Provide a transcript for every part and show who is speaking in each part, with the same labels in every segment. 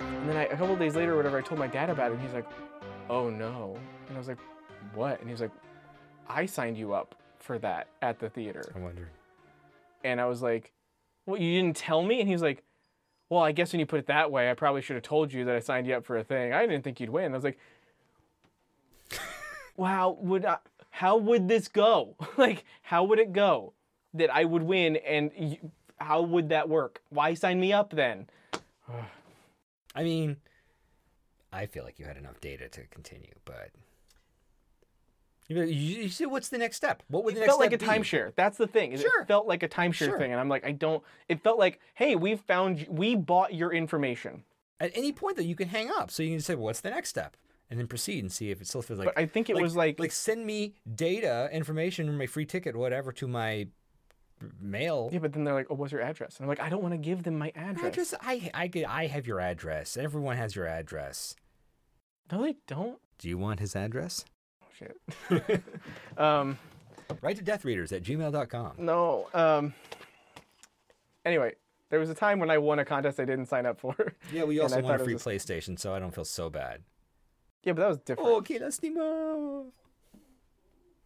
Speaker 1: And then I, a couple days later, or whatever, I told my dad about it, and he's like, "Oh no!" And I was like, "What?" And he was like, "I signed you up for that at the theater."
Speaker 2: I'm wondering.
Speaker 1: And I was like, "What? You didn't tell me?" And he was like, "Well, I guess when you put it that way, I probably should have told you that I signed you up for a thing. I didn't think you'd win." I was like, "Wow, would I, how would this go? like, how would it go that I would win? And you, how would that work? Why sign me up then?"
Speaker 2: I mean, I feel like you had enough data to continue, but you, you, you said, what's the next step? What would the
Speaker 1: it
Speaker 2: next
Speaker 1: felt like a
Speaker 2: step be?
Speaker 1: timeshare. That's the thing. is
Speaker 2: Sure.
Speaker 1: It felt like a timeshare
Speaker 2: Sure.
Speaker 1: thing, and I'm like, I don't. It felt like, hey, we've found, you- we bought your information.
Speaker 2: At any point, though, you can hang up, so you can say, what's the next step? And then proceed and see if it still feels like.
Speaker 1: But I think it was like,
Speaker 2: like send me data, information, my free ticket, whatever, to my mail.
Speaker 1: yeah. But then they're like, oh, what's your address? And I'm like, I don't want to give them my address.
Speaker 2: Address. I I get. I have your address. Everyone has your address.
Speaker 1: No, they don't.
Speaker 2: Do you want his address?
Speaker 1: Oh, shit. um,
Speaker 2: Write to deathreaders at gmail.com.
Speaker 1: no. Um. Anyway, there was a time when I won a contest I didn't sign up for.
Speaker 2: Yeah, we
Speaker 1: And
Speaker 2: also
Speaker 1: I
Speaker 2: want
Speaker 1: thought
Speaker 2: a
Speaker 1: it
Speaker 2: free
Speaker 1: was
Speaker 2: PlayStation, so I don't feel so bad.
Speaker 1: yeah, but that was different.
Speaker 2: Okay, let's Nemo.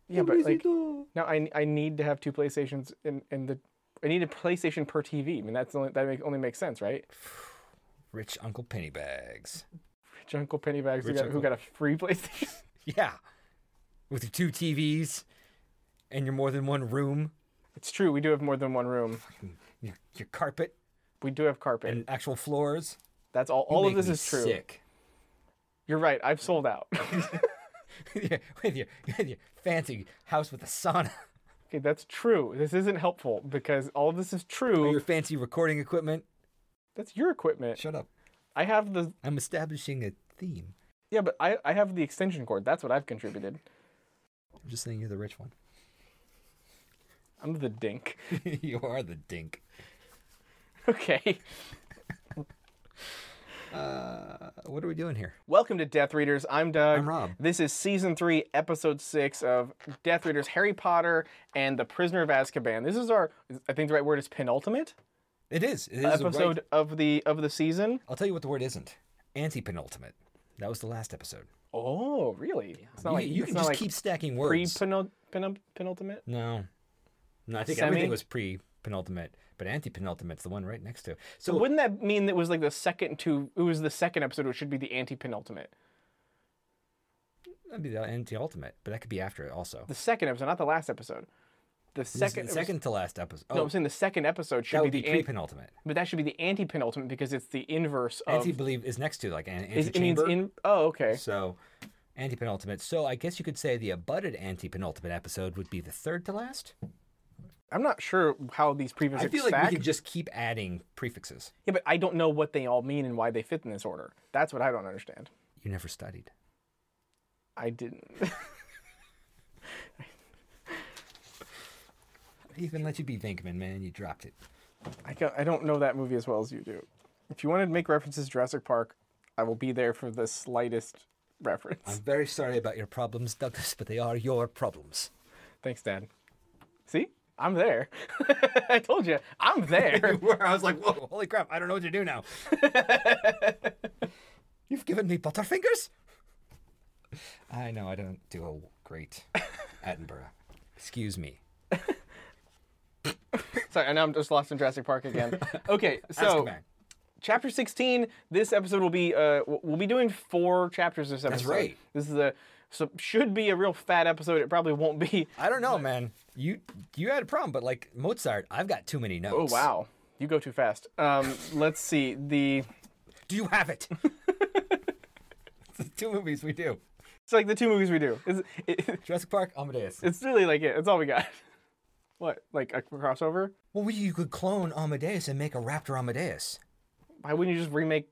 Speaker 1: yeah, but like now I I need to have two PlayStations and and the. I need a PlayStation per TV. I mean, that's the only, that make, only makes sense, right?
Speaker 2: Rich Uncle Pennybags.
Speaker 1: Rich Uncle Pennybags who
Speaker 2: Rich
Speaker 1: got,
Speaker 2: Uncle.
Speaker 1: who got a free PlayStation.
Speaker 2: Yeah. With your two TVs and your more than one room,
Speaker 1: It's true. We do have more than one room.
Speaker 2: your, your carpet
Speaker 1: We do have carpet.
Speaker 2: and actual floors.
Speaker 1: That's all.
Speaker 2: You
Speaker 1: All of
Speaker 2: make
Speaker 1: this
Speaker 2: me
Speaker 1: is true.
Speaker 2: Sick.
Speaker 1: You're right. I've sold out.
Speaker 2: with, your, with, your, with your fancy house with a sauna,
Speaker 1: okay, that's true. This isn't helpful because all of this is
Speaker 2: or
Speaker 1: true.
Speaker 2: your fancy recording equipment.
Speaker 1: That's your equipment.
Speaker 2: Shut up.
Speaker 1: I have the
Speaker 2: I'm establishing a theme.
Speaker 1: yeah, but I I have the extension cord. That's what I've contributed.
Speaker 2: I'm just saying you're the rich one.
Speaker 1: I'm the dink.
Speaker 2: you are the dink.
Speaker 1: Okay.
Speaker 2: Uh, what are we doing here?
Speaker 1: Welcome to Death Readers. I'm Doug.
Speaker 2: I'm Rob.
Speaker 1: This is season three, episode six of Death Readers: Harry Potter and the Prisoner of Azkaban. This is our I think the right word is penultimate
Speaker 2: It is. It is the right-
Speaker 1: episode of the of the season.
Speaker 2: I'll tell you what the word isn't. Anti-penultimate. That was the last episode.
Speaker 1: Oh, really? It's not
Speaker 2: you
Speaker 1: like
Speaker 2: you
Speaker 1: it's
Speaker 2: can
Speaker 1: not
Speaker 2: just
Speaker 1: like
Speaker 2: keep stacking
Speaker 1: pre
Speaker 2: words.
Speaker 1: penultimate.
Speaker 2: no. No, I think
Speaker 1: Semi?
Speaker 2: everything was pre-penultimate, but anti-penultimate's the one right next to. it. So
Speaker 1: Wouldn't that mean that was like the second to it was the second episode, which should be the anti penultimate?
Speaker 2: that'd be the anti-ultimate, but that could be after it also.
Speaker 1: The second episode, not the last episode. The
Speaker 2: This is
Speaker 1: second,
Speaker 2: the second to last episode. Oh,
Speaker 1: No, I'm saying the second episode should
Speaker 2: that would
Speaker 1: be,
Speaker 2: be
Speaker 1: the anti,
Speaker 2: pre-penultimate.
Speaker 1: but that should be the anti penultimate because it's the inverse of.
Speaker 2: anti believe is next to like an
Speaker 1: is- it means
Speaker 2: antechamber.
Speaker 1: in. Oh, okay.
Speaker 2: So anti penultimate. So I guess you could say the abutted anti penultimate episode would be the third to last.
Speaker 1: I'm not sure how these previous.
Speaker 2: I feel like
Speaker 1: stack.
Speaker 2: we could just keep adding prefixes.
Speaker 1: Yeah, but I don't know what they all mean and why they fit in this order. That's what I don't understand.
Speaker 2: You never studied.
Speaker 1: I didn't.
Speaker 2: I didn't even let you be Venkman, man. You dropped it.
Speaker 1: I, ca- I don't know that movie as well as you do. If you want to make references to Jurassic Park, I will be there for the slightest reference.
Speaker 2: I'm very sorry about your problems, Douglas, but they are your problems.
Speaker 1: Thanks, Dad. See? I'm there. I told you, I'm there.
Speaker 2: Where I was like, whoa, holy crap, I don't know what to do now. You've given me butterfingers? I know, I don't do a great Attenborough. Excuse me.
Speaker 1: Sorry, and now I'm just lost in Jurassic Park again. Okay, so
Speaker 2: Azkaban.
Speaker 1: chapter 16. This episode will be uh, w- we'll be doing four chapters this episode.
Speaker 2: right.
Speaker 1: This is a so should be a real fat episode. It probably won't be.
Speaker 2: I don't know, man. You you had a problem, but like Mozart, I've got too many
Speaker 1: Oh
Speaker 2: notes.
Speaker 1: wow, you go too fast. Um, let's see the.
Speaker 2: Do you have it? It's the two movies we do:
Speaker 1: It's like the two movies we do. It's, it,
Speaker 2: Jurassic Park, Amadeus.
Speaker 1: it's really like it. It's all we got. What like a crossover?
Speaker 2: Well, we- you could clone Amadeus and make a Raptor Amadeus.
Speaker 1: why wouldn't you just remake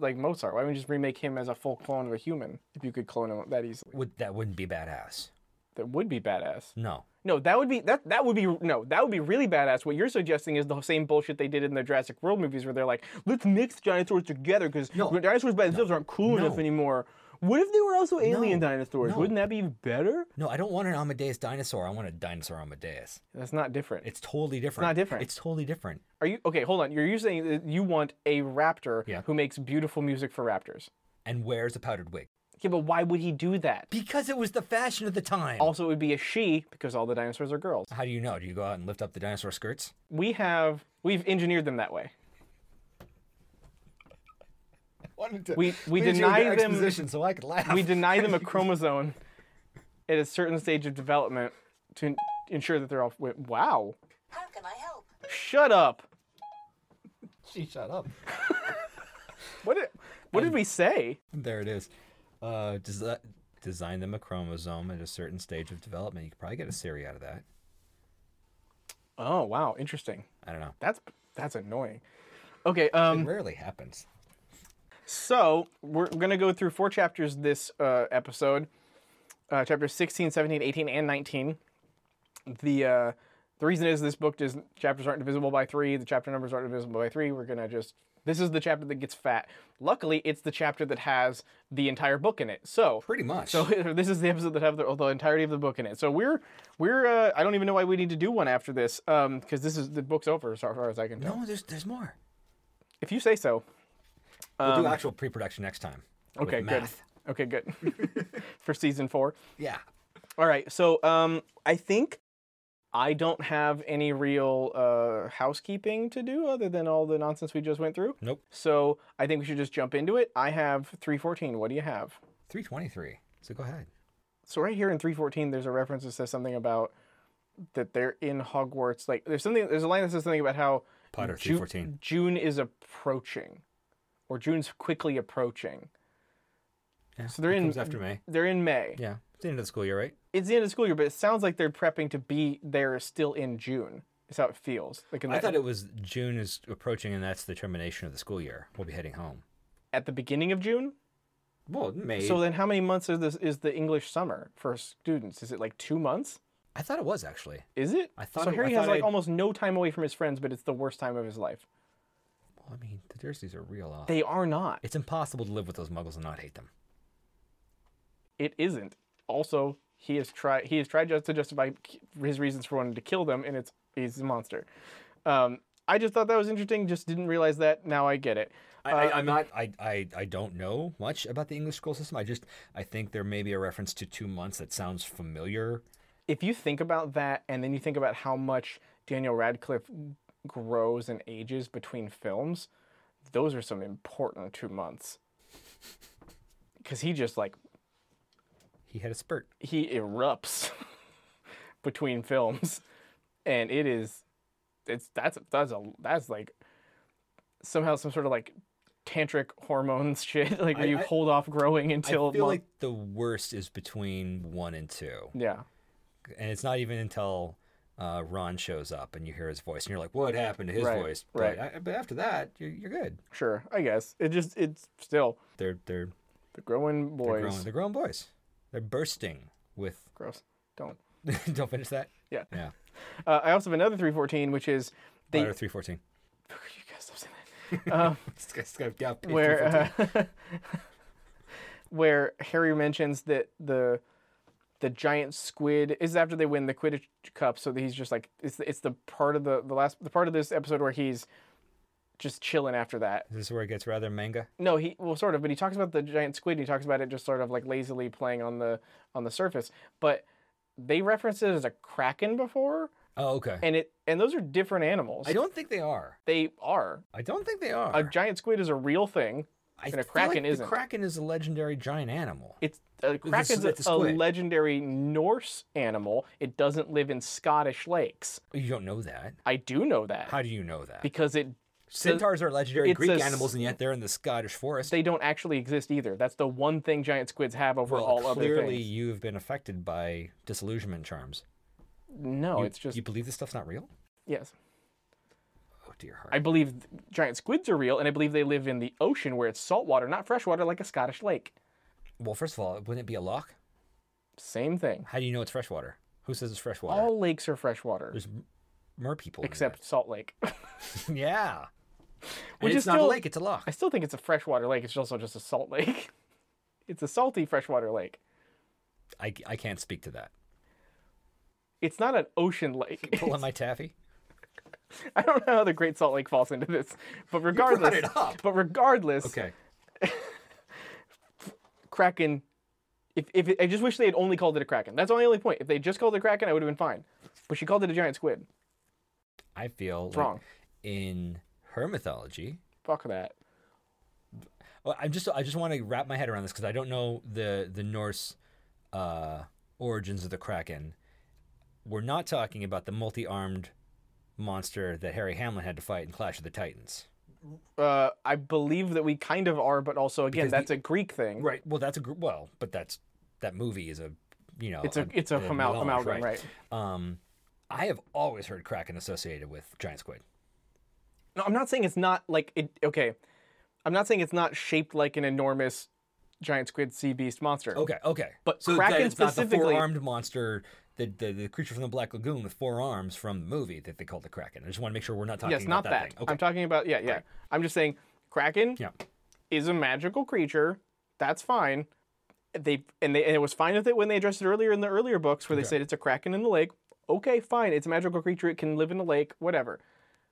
Speaker 1: like Mozart? Why wouldn't you just remake him as a full clone of a human if you could clone him that easily?
Speaker 2: Would that wouldn't be badass?
Speaker 1: That would be badass.
Speaker 2: No.
Speaker 1: No, that would be that that would be no, that would be really badass. What you're suggesting is the same bullshit they did in the Jurassic World movies where they're like, let's mix dinosaurs together because dinosaurs by themselves aren't cool enough anymore. What if there were also alien
Speaker 2: No,
Speaker 1: dinosaurs?
Speaker 2: no.
Speaker 1: Wouldn't that be even better?
Speaker 2: No, I don't want an Amadeus dinosaur. I want a dinosaur Amadeus.
Speaker 1: That's not different.
Speaker 2: It's totally different.
Speaker 1: not different.
Speaker 2: It's totally different.
Speaker 1: Are you okay? Hold on. You're you saying that you want a raptor
Speaker 2: Yeah.
Speaker 1: who makes beautiful music for raptors?
Speaker 2: And wears a powdered wig
Speaker 1: Yeah, but why would he do that?
Speaker 2: because it was the fashion of the time.
Speaker 1: Also, it would be a she because all the dinosaurs are girls.
Speaker 2: How do you know? Do you go out and lift up the dinosaur skirts?
Speaker 1: We have we've engineered them that way. We we deny them
Speaker 2: so I could laugh.
Speaker 1: we deny them a chromosome at a certain stage of development to ensure that they're all. Wait, wow!
Speaker 3: How can I help?
Speaker 1: Shut up!
Speaker 2: she shut up.
Speaker 1: What did, what did we say?
Speaker 2: There it is. Uh, desi- design them a chromosome at a certain stage of development. You could probably get a Siri out of that.
Speaker 1: Oh wow, interesting.
Speaker 2: I don't know.
Speaker 1: That's that's annoying. Okay, um,
Speaker 2: It rarely happens.
Speaker 1: so we're gonna go through four chapters this uh, episode, uh, chapters 16, 17, 18, and 19. The uh, the reason is this book does chapters aren't divisible by three. The chapter numbers aren't divisible by three. We're gonna just this is the chapter that gets fat. Luckily, it's the chapter that has the entire book in it. So
Speaker 2: Pretty much.
Speaker 1: So this is the episode that have the, the entirety of the book in it. So we're we're uh, I don't even know why we need to do one after this because this is the book's over as far, as far as I can tell.
Speaker 2: no, there's there's more.
Speaker 1: If you say so. Um,
Speaker 2: We'll do actual pre-production next time. with
Speaker 1: Okay, good.
Speaker 2: math.
Speaker 1: Okay, good. For season four.
Speaker 2: Yeah.
Speaker 1: All right. So um, I think I don't have any real uh, housekeeping to do other than all the nonsense we just went through.
Speaker 2: Nope.
Speaker 1: So I think we should just jump into it. I have 314. What do you have?
Speaker 2: 323. So go ahead.
Speaker 1: So right here in 314, there's a reference that says something about that they're in Hogwarts. Like there's something. There's a line that says something about how
Speaker 2: Potter
Speaker 1: Ju-
Speaker 2: 314.
Speaker 1: June is approaching, or June's quickly approaching.
Speaker 2: Yeah.
Speaker 1: So they're
Speaker 2: it
Speaker 1: in-
Speaker 2: comes after May.
Speaker 1: They're in May.
Speaker 2: Yeah. It's the end of the school year, right?
Speaker 1: it's the end of school year, but it sounds like they're prepping to be there still in June. Is how it feels. Like in
Speaker 2: I
Speaker 1: that,
Speaker 2: thought it was June is approaching, and that's the termination of the school year. We'll be heading home.
Speaker 1: at the beginning of June.
Speaker 2: Well, May.
Speaker 1: So then, how many months is this? Is the English summer for students? Is it like two months?
Speaker 2: I thought it was actually.
Speaker 1: Is it?
Speaker 2: I thought
Speaker 1: so.
Speaker 2: it- I
Speaker 1: Harry has
Speaker 2: thought
Speaker 1: like
Speaker 2: I'd-
Speaker 1: almost no time away from his friends, but it's the worst time of his life.
Speaker 2: Well, I mean, the Dursleys are real off.
Speaker 1: They are not.
Speaker 2: It's impossible to live with those muggles and not hate them.
Speaker 1: It isn't. Also, he has tried. He has tried just to justify k- his reasons for wanting to kill them, and it's he's a monster. Um, I just thought that was interesting. Just didn't realize that. Now I get it.
Speaker 2: I, I, I'm not. I, I I don't know much about the English school system. I just I think there may be a reference to two months that sounds familiar.
Speaker 1: if you think about that and then you think about how much Daniel Radcliffe grows and ages between films, those are some important two months. Cause he just like
Speaker 2: He had a spurt.
Speaker 1: he erupts between films. And it is it's that's that's a that's like somehow some sort of like tantric hormones shit like where
Speaker 2: I-
Speaker 1: you
Speaker 2: I-
Speaker 1: hold off growing until
Speaker 2: I feel
Speaker 1: month-
Speaker 2: like the worst is between one and two,
Speaker 1: yeah
Speaker 2: and it's not even until uh, Ron shows up and you hear his voice, and you're like, "What happened to his
Speaker 1: Right,
Speaker 2: voice?"
Speaker 1: right.
Speaker 2: But, I, but after that, you're, you're good.
Speaker 1: sure I guess it just it's still
Speaker 2: They're they're
Speaker 1: the growing
Speaker 2: they're
Speaker 1: boys
Speaker 2: grown. They're grown boys. They're bursting with.
Speaker 1: gross don't
Speaker 2: Don't finish that.
Speaker 1: Yeah.
Speaker 2: Yeah.
Speaker 1: Uh, I also have another 314, which is they.
Speaker 2: Potter three fourteen.
Speaker 1: You guys stop saying that.
Speaker 2: Where?
Speaker 1: Where, uh, where Harry mentions that the the giant squid is after they win the Quidditch Cup, so that he's just like it's the, it's the part of the the last the part of this episode where he's just chilling after that.
Speaker 2: This is where it gets rather manga.
Speaker 1: No, he well sort of, but he talks about the giant squid. and He talks about it just sort of like lazily playing on the on the surface, but. They referenced it as a kraken before,
Speaker 2: Oh, okay.
Speaker 1: and it and those are different animals.
Speaker 2: I don't think they are.
Speaker 1: they are.
Speaker 2: I don't think they are.
Speaker 1: A giant squid is a real thing.
Speaker 2: I
Speaker 1: and a
Speaker 2: feel
Speaker 1: kraken
Speaker 2: like
Speaker 1: isn't.
Speaker 2: The kraken is a legendary giant animal.
Speaker 1: It's a kraken's
Speaker 2: it's a
Speaker 1: a,
Speaker 2: squid.
Speaker 1: legendary Norse animal. It doesn't live in Scottish lakes.
Speaker 2: You don't know that.
Speaker 1: I do know that
Speaker 2: How do you know that?
Speaker 1: because it
Speaker 2: Centaurs are legendary
Speaker 1: it's
Speaker 2: Greek
Speaker 1: a s-
Speaker 2: animals, and yet they're in the Scottish forest.
Speaker 1: they don't actually exist either. That's the one thing giant squids have over
Speaker 2: well,
Speaker 1: all other
Speaker 2: clearly
Speaker 1: things.
Speaker 2: you've been affected by disillusionment charms.
Speaker 1: No, Oh,
Speaker 2: you,
Speaker 1: it's just
Speaker 2: you believe this stuff's not real.
Speaker 1: yes.
Speaker 2: Oh dear heart.
Speaker 1: I believe giant squids are real, and I believe they live in the ocean where it's saltwater, not freshwater, like a Scottish lake.
Speaker 2: Well, first of all, wouldn't it be a loch?
Speaker 1: Same thing.
Speaker 2: How do you know it's freshwater? Who says it's freshwater?
Speaker 1: All lakes are freshwater
Speaker 2: There's m- mer people. in
Speaker 1: except Salt Lake.
Speaker 2: that. yeah.
Speaker 1: Which
Speaker 2: and
Speaker 1: is
Speaker 2: it's not
Speaker 1: still-
Speaker 2: a lake; it's a loch.
Speaker 1: I still think it's a freshwater lake. It's also just a salt lake. It's a salty freshwater lake.
Speaker 2: I, I can't speak to that.
Speaker 1: It's not an ocean lake.
Speaker 2: Pulling my taffy.
Speaker 1: I don't know how the Great Salt Lake falls into this, but
Speaker 2: brought
Speaker 1: regardless,
Speaker 2: it up.
Speaker 1: but regardless,
Speaker 2: Okay.
Speaker 1: Kraken. If, if it, I just wish they had only called it a Kraken. That's my only point. If they just called it a Kraken, I would have been fine. But she called it a giant squid.
Speaker 2: I feel like
Speaker 1: wrong.
Speaker 2: in her mythology.
Speaker 1: Fuck that.
Speaker 2: Well, I'm just I just want to wrap my head around this because I don't know the the Norse uh, origins of the kraken. We're not talking about the multi-armed monster that Harry Hamlin had to fight in Clash of the Titans.
Speaker 1: Uh, I believe that we kind of are, but also again,
Speaker 2: Because the-
Speaker 1: that's a Greek thing.
Speaker 2: Right. Well, that's a gr- well, but that's that movie is a you know
Speaker 1: It's a it's a, amal-
Speaker 2: melange,
Speaker 1: amalgam, right?
Speaker 2: Um, I have always heard kraken associated with giant squid.
Speaker 1: No, I'm not saying it's not like it. Okay, I'm not saying it's not shaped like an enormous giant squid sea beast monster.
Speaker 2: Okay, okay.
Speaker 1: But
Speaker 2: so
Speaker 1: Kraken
Speaker 2: that it's not the
Speaker 1: specifically-
Speaker 2: four-armed monster, the, the the creature from the Black Lagoon with four arms from the movie that they called the Kraken. I just want to make sure we're not talking
Speaker 1: yes, not
Speaker 2: about
Speaker 1: that.
Speaker 2: thing. Okay.
Speaker 1: I'm talking about yeah, yeah. I'm just saying kraken
Speaker 2: Yeah.
Speaker 1: is a magical creature. That's fine. They and they and it was fine with it when they addressed it earlier in the earlier books where they said it's a kraken in the lake. Okay, fine. It's a magical creature. It can live in a lake. Whatever.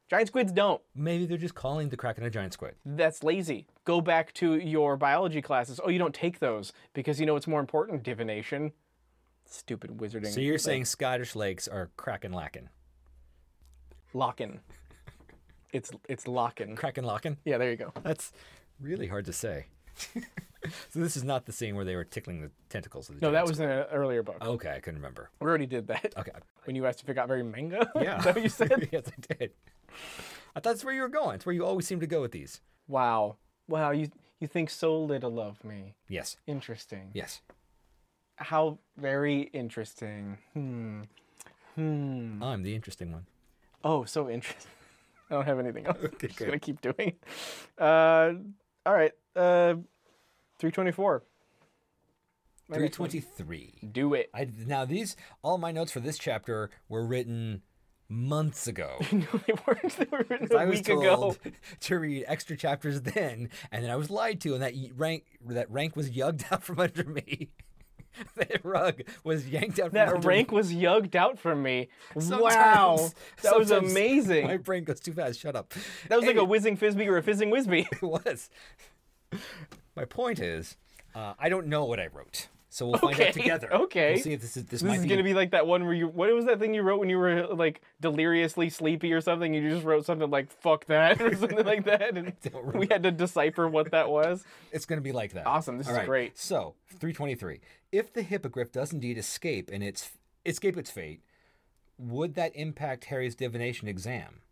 Speaker 1: Giant squids don't.
Speaker 2: Maybe they're just calling the Kraken a giant squid.
Speaker 1: That's lazy. Go back to your biology classes. Oh, you don't take those because you know it's more important divination. Stupid wizarding.
Speaker 2: So you're saying Scottish lakes are Kraken Lacken.
Speaker 1: Lockin. It's it's lockin.
Speaker 2: Kraken Lacken?
Speaker 1: Yeah, there you go.
Speaker 2: That's really hard to say. so this is not the scene where they were tickling the tentacles of the
Speaker 1: No,
Speaker 2: giant
Speaker 1: that was in an earlier book.
Speaker 2: squid. Okay, I couldn't remember.
Speaker 1: We already did that.
Speaker 2: Okay.
Speaker 1: When you asked if it got very manga.
Speaker 2: Yeah.
Speaker 1: Is that what you said?
Speaker 2: yes, I did. I thought that's where you were going. It's where you always seem to go with these.
Speaker 1: Wow. Wow, you you think so little of me.
Speaker 2: Yes.
Speaker 1: Interesting.
Speaker 2: Yes.
Speaker 1: How very interesting. Hmm. Hmm.
Speaker 2: I'm the interesting one.
Speaker 1: Oh, so interesting. I don't have anything else. I'm just
Speaker 2: good.
Speaker 1: gonna keep doing it. Uh, all right. Uh, three twenty-four.
Speaker 2: Three twenty-three.
Speaker 1: Do it.
Speaker 2: I now these all my notes for this chapter were written months ago.
Speaker 1: no, they weren't. They were written a
Speaker 2: I was
Speaker 1: week
Speaker 2: told
Speaker 1: ago.
Speaker 2: to read extra chapters then, and then I was lied to, and that y- rank that rank was yugged out from under me. that rug was yanked out from
Speaker 1: That
Speaker 2: under
Speaker 1: rank
Speaker 2: me.
Speaker 1: was yugged out from me.
Speaker 2: Sometimes-
Speaker 1: wow, that was
Speaker 2: sometimes
Speaker 1: amazing.
Speaker 2: My brain goes too fast. Shut up.
Speaker 1: That was like a whizzing frisbee or a fizzing whizbee.
Speaker 2: it was. My point is, uh, I don't know what I wrote, so we'll find
Speaker 1: Okay,
Speaker 2: out together.
Speaker 1: okay.
Speaker 2: We'll see if this is this,
Speaker 1: This
Speaker 2: might
Speaker 1: is
Speaker 2: be
Speaker 1: gonna be like that one where you. What was that thing you wrote when you were like deliriously sleepy or something? You just wrote something like "fuck that" or something like that, and
Speaker 2: don't
Speaker 1: we had to decipher what that was.
Speaker 2: It's going to be like that.
Speaker 1: Awesome, this is great.
Speaker 2: So, 323. If the hippogriff does indeed escape and its escape its fate, would that impact Harry's divination exam?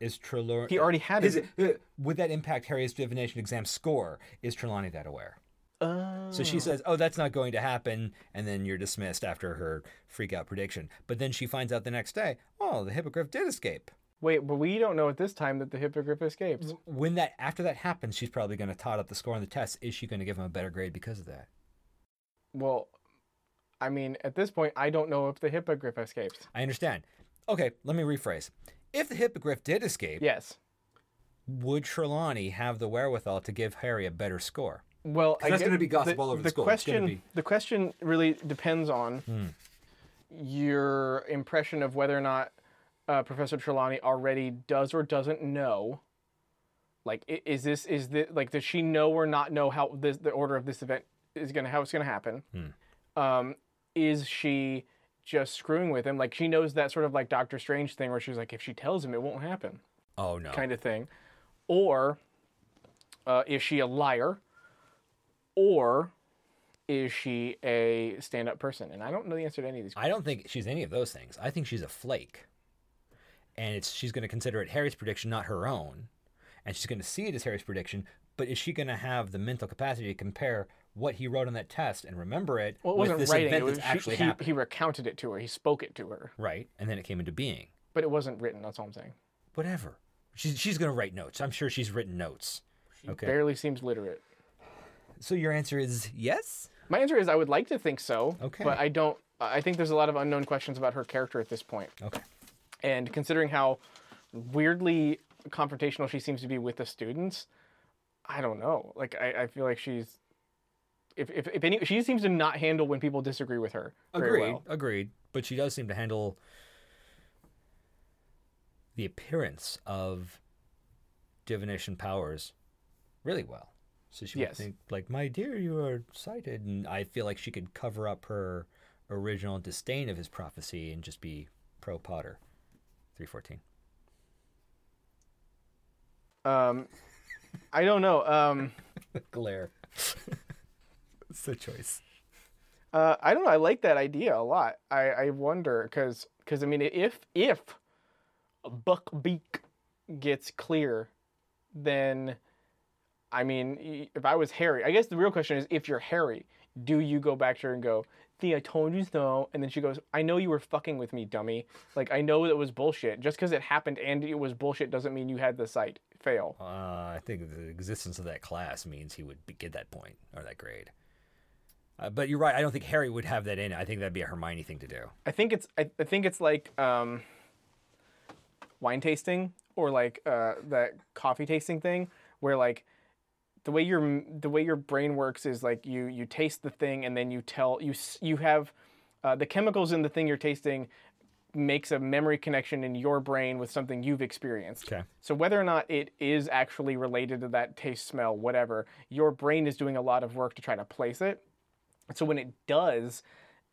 Speaker 2: Is Trelawney
Speaker 1: He already had
Speaker 2: is
Speaker 1: it.
Speaker 2: it- uh, would that impact Harry's divination exam score? Is Trelawney that aware?
Speaker 1: Uh,
Speaker 2: So she says, "Oh, that's not going to happen," and then you're dismissed after her freak out prediction. But then she finds out the next day, "Oh, the hippogriff did escape."
Speaker 1: wait, but we don't know at this time that the hippogriff escapes.
Speaker 2: When that after that happens, she's probably going to tot up the score on the test. Is she going to give him a better grade because of that?
Speaker 1: Well, I mean, at this point, I don't know if the hippogriff escapes.
Speaker 2: I understand. Okay, let me rephrase. If the hippogriff did escape,
Speaker 1: Yes.
Speaker 2: would Trelawney have the wherewithal to give Harry a better score?
Speaker 1: Well, I
Speaker 2: that's
Speaker 1: guess
Speaker 2: gonna be gossip all over the school. It's
Speaker 1: Question,
Speaker 2: gonna be- Hmm.
Speaker 1: The question really depends on your impression of whether or not uh, Professor Trelawney already does or doesn't know. Like, i- is this is the like does she know or not know how this the order of this event is gonna how it's gonna happen?
Speaker 2: Hmm.
Speaker 1: Um, is she just screwing with him? Like she knows that sort of like Doctor Strange thing where she's like, if she tells him, it won't happen
Speaker 2: Oh no.
Speaker 1: kind of thing, or uh, is she a liar, or is she a stand-up person? And I don't know the answer to any of these.
Speaker 2: I don't think she's any of those things. I think she's a flake. And it's she's going to consider it Harry's prediction, not her own. And she's going to see it as Harry's prediction, but is she going to have the mental capacity to compare what he wrote on that test and remember it
Speaker 1: Well, it
Speaker 2: with
Speaker 1: wasn't
Speaker 2: this
Speaker 1: writing.
Speaker 2: event
Speaker 1: It was,
Speaker 2: that's
Speaker 1: she-
Speaker 2: actually
Speaker 1: he,
Speaker 2: happened?
Speaker 1: he recounted it to her. He spoke it to her,
Speaker 2: Right, and then it came into being.
Speaker 1: but it wasn't written. That's all I'm saying.
Speaker 2: Whatever. She's she's going to write notes. I'm sure she's written notes. okay.
Speaker 1: Barely seems literate.
Speaker 2: So your answer is yes?
Speaker 1: My answer is I would like to think so,
Speaker 2: Okay.
Speaker 1: but I don't. I think there's a lot of unknown questions about her character at this point.
Speaker 2: Okay.
Speaker 1: and considering how weirdly confrontational she seems to be with the students I don't know. Like I, I feel like she's if, if if any she seems to not handle when people disagree with her very
Speaker 2: Agreed.
Speaker 1: well.
Speaker 2: Agreed. But she does seem to handle the appearance of divination powers really well. So she
Speaker 1: Yes.
Speaker 2: would think like, "My dear, you are sighted," and I feel like she could cover up her original disdain of his prophecy and just be pro Potter. Three fourteen.
Speaker 1: Um, I don't know. Um,
Speaker 2: Glare. it's the choice.
Speaker 1: uh, I don't know. I like that idea a lot. I, I wonder because because I mean if if Buckbeak gets clear, then I mean y- if I was Harry, I guess the real question is if you're Harry, do you go back to her and go? Thea, I told you no, and then she goes, "I know you were fucking with me, dummy. Like I know that was bullshit. Just because it happened and it was bullshit doesn't mean you had the sight. Fail."
Speaker 2: Uh, I think the existence of that class means he would be, get that point or that grade. Uh, but you're right. I don't think Harry would have that in. it. I think that'd be a Hermione thing to do.
Speaker 1: I think it's I, I think it's like um, wine tasting or like uh, that coffee tasting thing where like the way your the way your brain works is like you you taste the thing and then you tell you s- you have uh, the chemicals in the thing you're tasting makes a memory connection in your brain with something you've experienced.
Speaker 2: Okay.
Speaker 1: So whether or not it is actually related to that taste, smell, whatever, your brain is doing a lot of work to try to place it. So when it does,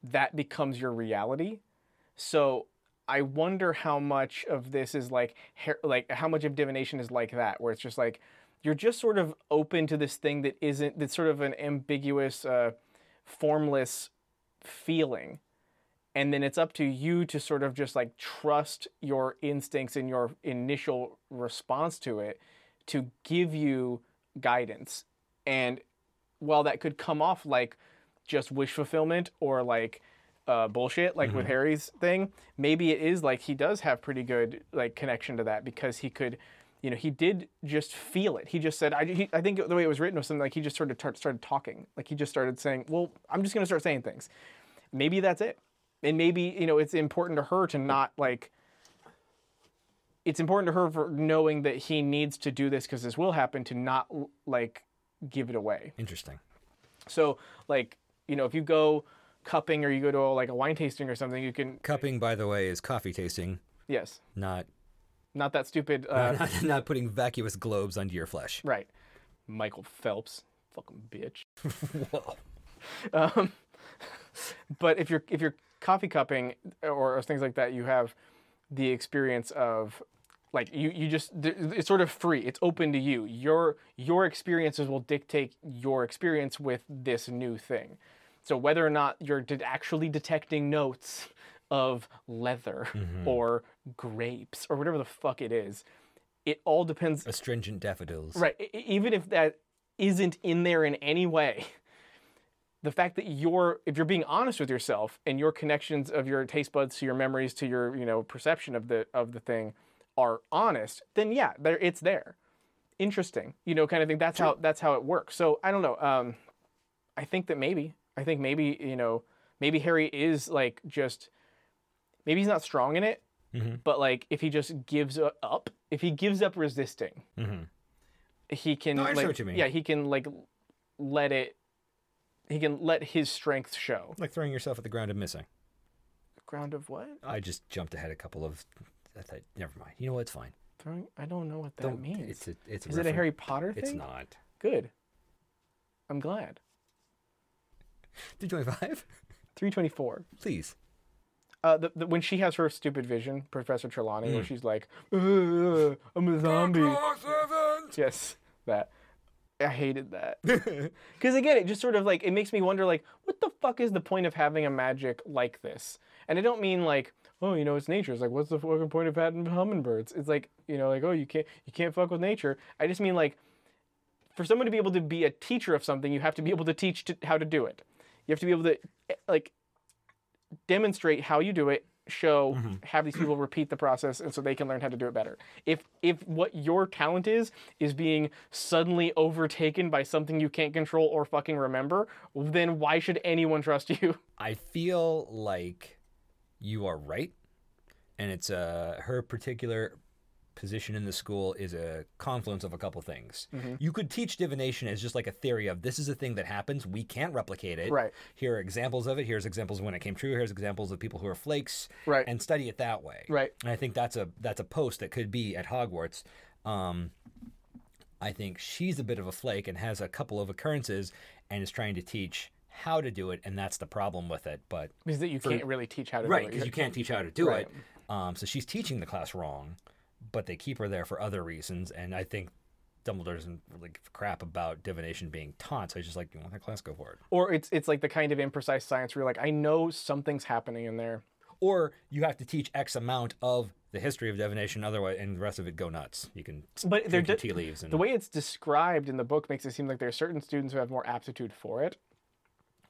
Speaker 1: that becomes your reality. So I wonder how much of this is like hair, like how much of divination is like that, where it's just like you're just sort of open to this thing that isn't that's sort of an ambiguous, uh, formless feeling. And then it's up to you to sort of just like trust your instincts and your initial response to it to give you guidance. And while that could come off like just wish fulfillment or like uh, bullshit, like with Harry's thing, maybe it is like he does have pretty good like connection to that because he could, you know, he did just feel it. He just said, I, he, I think the way it was written was something like he just sort of tar- started talking, like he just started saying, well, I'm just gonna start saying things. Maybe that's it, and maybe you know it's important to her to not like it's important to her for knowing that he needs to do this because this will happen to not l- like give it away.
Speaker 2: Interesting.
Speaker 1: So like you know if you go cupping or you go to like a wine tasting or something, you can
Speaker 2: Cupping, by the way, is coffee tasting,
Speaker 1: yes,
Speaker 2: not
Speaker 1: not that stupid. Uh,
Speaker 2: not, not putting vacuous globes onto your flesh.
Speaker 1: right, Michael Phelps, fucking bitch.
Speaker 2: Whoa.
Speaker 1: Um, but if you're if you're coffee cupping or, or things like that, you have the experience of like you you just th- it's sort of free. It's open to you. Your your experiences will dictate your experience with this new thing. So whether or not you're de- actually detecting notes of leather or grapes or whatever the fuck it is, it all depends
Speaker 2: Astringent daffodils.
Speaker 1: Right. e- e- Even if that isn't in there in any way, the fact that you're, if you're being honest with yourself and your connections of your taste buds to your memories to your, you know, perception of the of the thing are honest, then yeah, there it's there. Interesting, you know, kind of thing. That's how that's how it works. So I don't know. Um, I think that maybe I think maybe you know maybe Harry is like just maybe he's not strong in it, but like if he just gives u- up, if he gives up resisting,
Speaker 2: Mm-hmm.
Speaker 1: he can
Speaker 2: No, I
Speaker 1: like,
Speaker 2: understand what you mean.
Speaker 1: yeah he can like let it he can let his strength show
Speaker 2: Like throwing yourself at the ground and missing.
Speaker 1: ground of what
Speaker 2: I just jumped ahead a couple of. I thought, never mind. You know what? It's fine.
Speaker 1: throwing i don't know what that
Speaker 2: Don't-
Speaker 1: means
Speaker 2: It's a. It's a
Speaker 1: is it a
Speaker 2: reference.
Speaker 1: harry potter thing
Speaker 2: It's not.
Speaker 1: good i'm glad
Speaker 2: 325?
Speaker 1: 324
Speaker 2: Please.
Speaker 1: uh, the, the, when she has her stupid vision, Professor Trelawney,
Speaker 2: Mm.
Speaker 1: where she's like, "Ugh, "I'm a zombie." Yes, that. I hated that. Because again, it just sort of like it makes me wonder, like, what the fuck is the point of having a magic like this? And I don't mean like, oh, you know, it's nature. It's like, what's the fucking point of having hummingbirds? It's like, you know, like, oh, you can't, you can't fuck with nature. I just mean like, for someone to be able to be a teacher of something, you have to be able to teach to, how to do it. You have to be able to eh, like demonstrate how you do it show
Speaker 2: Mm-hmm.
Speaker 1: have these people repeat the process and so they can learn how to do it better if if what your talent is is being suddenly overtaken by something you can't control or fucking remember then why should anyone trust you
Speaker 2: I feel like you are right, and it's uh, her particular position in the school is a confluence of a couple things.
Speaker 1: Mm-hmm.
Speaker 2: You could teach divination as just like a theory of this is a thing that happens. We can't replicate it.
Speaker 1: Right.
Speaker 2: Here are examples of it. Here's examples of when it came true. Here's examples of people who are flakes.
Speaker 1: Right.
Speaker 2: And study it that way.
Speaker 1: Right.
Speaker 2: And I think that's a that's a post that could be at Hogwarts. Um, I think she's a bit of a flake and has a couple of occurrences and is trying to teach how to do it, and that's the problem with it. But
Speaker 1: Because that you can't really teach how to
Speaker 2: right
Speaker 1: do
Speaker 2: because
Speaker 1: it.
Speaker 2: you can't teach how to do
Speaker 1: Right.
Speaker 2: it um, so she's teaching the class wrong but they keep her there for other reasons and i think dumbledore doesn't really give a crap about divination being taught so he's just like you want that class go for it
Speaker 1: Or it's it's like the kind of imprecise science where you're like, I know something's happening in there.
Speaker 2: or you have to teach x amount of the history of divination otherwise and the rest of it go nuts you can
Speaker 1: But they're
Speaker 2: drink your
Speaker 1: di-
Speaker 2: tea leaves and
Speaker 1: The way it's described in the book makes it seem like there are certain students who have more aptitude for it.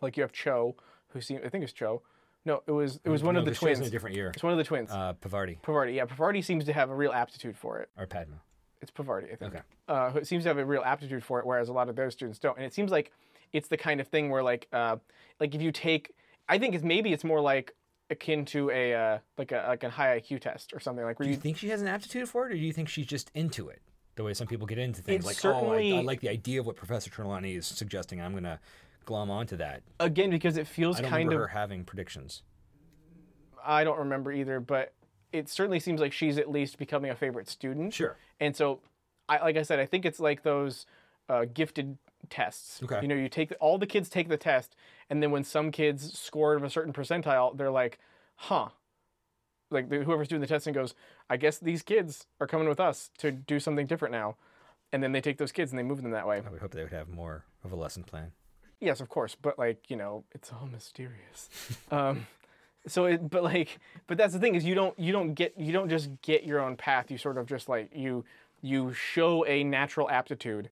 Speaker 1: Like you have Cho, who seem I think it's Cho. No, it was it was one
Speaker 2: Mm, No,
Speaker 1: of the
Speaker 2: this shows in
Speaker 1: twins.
Speaker 2: a different year
Speaker 1: It's one of the twins.
Speaker 2: uh, Pavarti
Speaker 1: Pavarti, yeah, Pavarti seems to have a real aptitude for it.
Speaker 2: or Padma
Speaker 1: It's Pavarti, I think.
Speaker 2: Okay.
Speaker 1: Uh, who seems to have a real aptitude for it, whereas a lot of those students don't. And it seems like it's the kind of thing where like uh, like if you take, I think it's maybe it's more like akin to a uh, like a like a high IQ test or something like where
Speaker 2: do you
Speaker 1: you
Speaker 2: think she has an aptitude for it or do you think she's just into it the way some people get into things
Speaker 1: It's
Speaker 2: like oh I, I
Speaker 1: certainly-
Speaker 2: like the idea of what Professor Trelawney is suggesting I'm gonna glom onto that
Speaker 1: again because it feels
Speaker 2: I don't
Speaker 1: kind of
Speaker 2: remember her having predictions.
Speaker 1: I don't remember either, but it certainly seems like she's at least becoming a favorite student.
Speaker 2: Sure.
Speaker 1: And so, I, like I said, I think it's like those uh, gifted tests.
Speaker 2: Okay.
Speaker 1: You know, you take all the kids take the test, and then when some kids score of a certain percentile, they're like, "Huh." Like the, whoever's doing the testing goes, "I guess these kids are coming with us to do something different now," and then they take those kids and they move them that way.
Speaker 2: I would hope they would have more of a lesson plan.
Speaker 1: Yes, of course, but like you know, it's all mysterious. um, so, it, but like, but that's the thing is you don't you don't get you don't just get your own path. You sort of just like you you show a natural aptitude,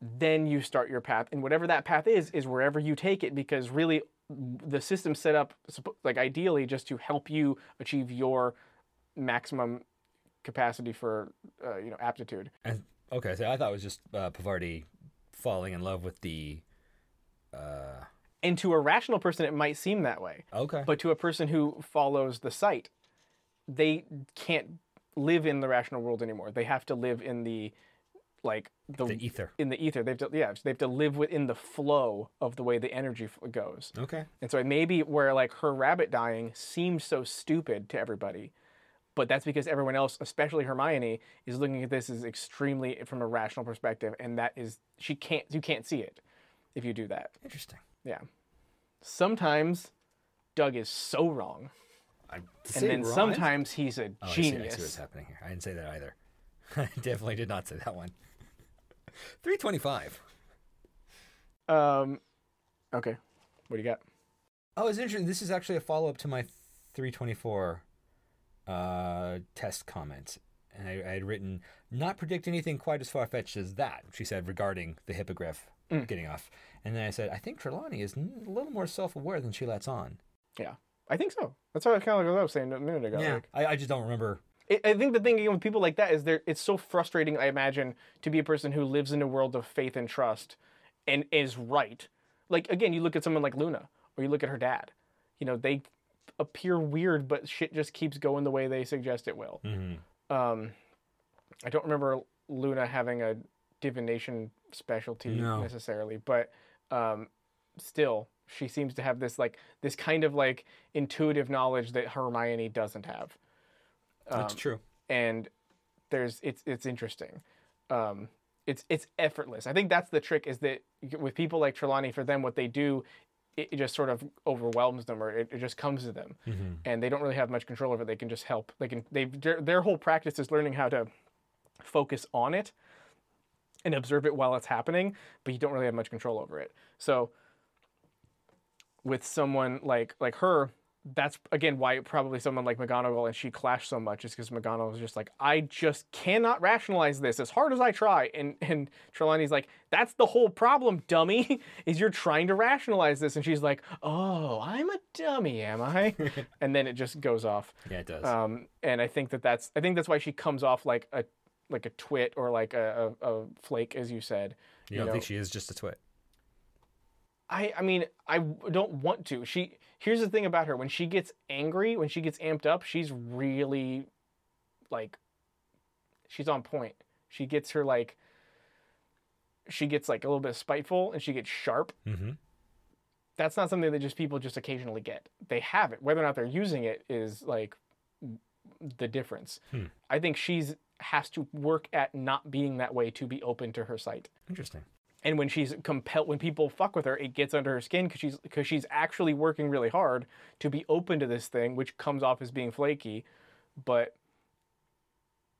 Speaker 1: then you start your path, and whatever that path is is wherever you take it because really the system's set up suppo- like ideally just to help you achieve your maximum capacity for uh, you know aptitude.
Speaker 2: And okay, so I thought it was just uh, Pavarti falling in love with the. Uh,
Speaker 1: And to a rational person, it might seem that way.
Speaker 2: okay.
Speaker 1: but to a person who follows the site, they can't live in the rational world anymore. They have to live in the like the,
Speaker 2: the e- ether.
Speaker 1: in the ether. They've to, yeah, they have to live within the flow of the way the energy f- goes.
Speaker 2: Okay.
Speaker 1: And so it may be where like her rabbit dying seemed so stupid to everybody, but that's because everyone else, especially Hermione, is looking at this as extremely from a rational perspective, and that is she can't you can't see it if you do that.
Speaker 2: Interesting.
Speaker 1: Yeah. Sometimes Doug is so wrong
Speaker 2: I,
Speaker 1: and then sometimes he's a
Speaker 2: oh, I see, I see what's
Speaker 1: genius.
Speaker 2: happening here. I didn't say that either. I definitely did not say that one. 325.
Speaker 1: Um, okay, what do you got?
Speaker 2: Oh, it's interesting. This is actually a follow up to my 324 uh, test comment. And I, I had written, not predict anything quite as far fetched as that, she said regarding the hippogriff getting off. And then I said, I think Trelawney is n- a little more self aware than she lets on.
Speaker 1: Yeah, I think so. That's how I kind of like what I was saying a minute ago. Like,
Speaker 2: I, I just don't remember.
Speaker 1: I- I think the thing again with people like that is they're it's so frustrating. I imagine to be a person who lives in a world of faith and trust, and is right. Like again, you look at someone like Luna, or you look at her dad. You know, they appear weird, but shit just keeps going the way they suggest it will.
Speaker 2: Mm-hmm.
Speaker 1: Um, I don't remember Luna having a divination specialty
Speaker 2: No.
Speaker 1: necessarily, but um, still, she seems to have this like this kind of like intuitive knowledge that Hermione doesn't have,
Speaker 2: That's true.
Speaker 1: and there's it's it's interesting. Um, it's it's effortless. I think that's the trick is that with people like Trelawney, for them, what they do. It it just sort of overwhelms them, or it, it just comes to them, and they don't really have much control over it. They can just help. They can. They their, their whole practice is learning how to focus on it and observe it while it's happening, but you don't really have much control over it. So with someone like like her, that's again why probably someone like McGonagall and she clash so much is because McGonagall is just like, I just cannot rationalize this as hard as I try. And and Trelawney's like, that's the whole problem, dummy, is you're trying to rationalize this. And she's like, Oh, I'm a dummy, am I? and then it just goes off.
Speaker 2: Yeah, it does.
Speaker 1: Um, and I think that that's I think that's why she comes off like a like a twit or like a, a, a flake, as you said.
Speaker 2: you don't think she is just a twit.
Speaker 1: I I mean I w- don't want to. She here's the thing about her: when she gets angry, when she gets amped up, she's really like she's on point. She gets her like she gets like a little bit spiteful and she gets sharp.
Speaker 2: Mm-hmm.
Speaker 1: That's not something that just people just occasionally get. They have it. Whether or not they're using it is like the difference.
Speaker 2: Hmm.
Speaker 1: I think she's has to work at not being that way to be open to her sight.
Speaker 2: Interesting.
Speaker 1: and when she's compelled when people fuck with her it gets under her skin because she's because she's actually working really hard to be open to this thing which comes off as being flaky but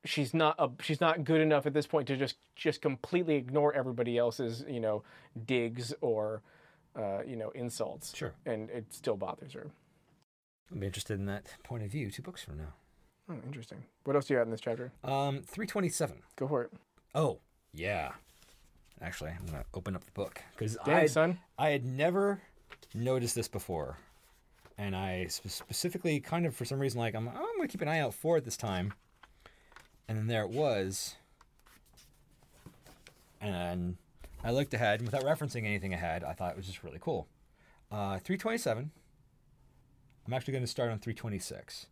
Speaker 1: she's not a, she's not good enough at this point to just just completely ignore everybody else's you know digs or uh, you know insults
Speaker 2: Sure.
Speaker 1: and it still bothers her
Speaker 2: I'm interested in that point of view two books from now.
Speaker 1: oh, interesting what else do you have in this chapter
Speaker 2: Um, 327.
Speaker 1: go for it
Speaker 2: Oh, yeah. Actually, I'm going to open up the book because
Speaker 1: dang
Speaker 2: I,
Speaker 1: son
Speaker 2: I had never noticed this before. And I sp- specifically, kind of for some reason, like, I'm, oh, I'm going to keep an eye out for it this time. And then there it was. And I looked ahead, and without referencing anything ahead, I thought it was just really cool. Uh, 327. I'm actually going to start on 326.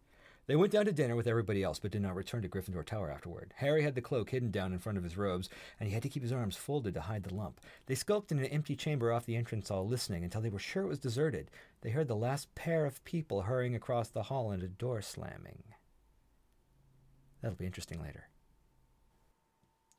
Speaker 2: They went down to dinner with everybody else, but did not return to Gryffindor Tower afterward. Harry had the cloak hidden down in front of his robes, and he had to keep his arms folded to hide the lump. They skulked in an empty chamber off the entrance hall, listening until they were sure it was deserted. They heard the last pair of people hurrying across the hall and a door slamming. That'll be interesting later.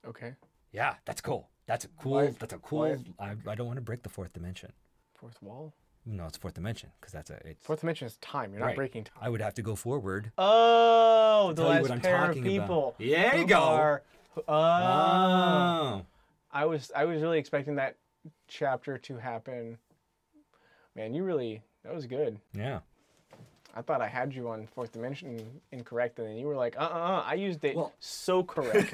Speaker 1: okay
Speaker 2: Yeah, that's cool. That's a cool.
Speaker 1: Why-
Speaker 2: that's a cool. I, I don't want to break the fourth dimension.
Speaker 1: fourth wall
Speaker 2: No, it's fourth dimension because that's a. It's,
Speaker 1: fourth dimension is time you're not
Speaker 2: Right.
Speaker 1: breaking time
Speaker 2: I would have to go forward.
Speaker 1: Oh, the
Speaker 2: tell you
Speaker 1: last
Speaker 2: what I'm
Speaker 1: pair of
Speaker 2: talking about.
Speaker 1: people.
Speaker 2: Yeah, there you
Speaker 1: who
Speaker 2: go.
Speaker 1: are- who- oh.
Speaker 2: Oh.
Speaker 1: I was I was really expecting that chapter to happen. Man, you really that was good.
Speaker 2: Yeah.
Speaker 1: I thought I had you on fourth dimension incorrect, and then you were like, uh uh, I used it
Speaker 2: Well-
Speaker 1: so correct.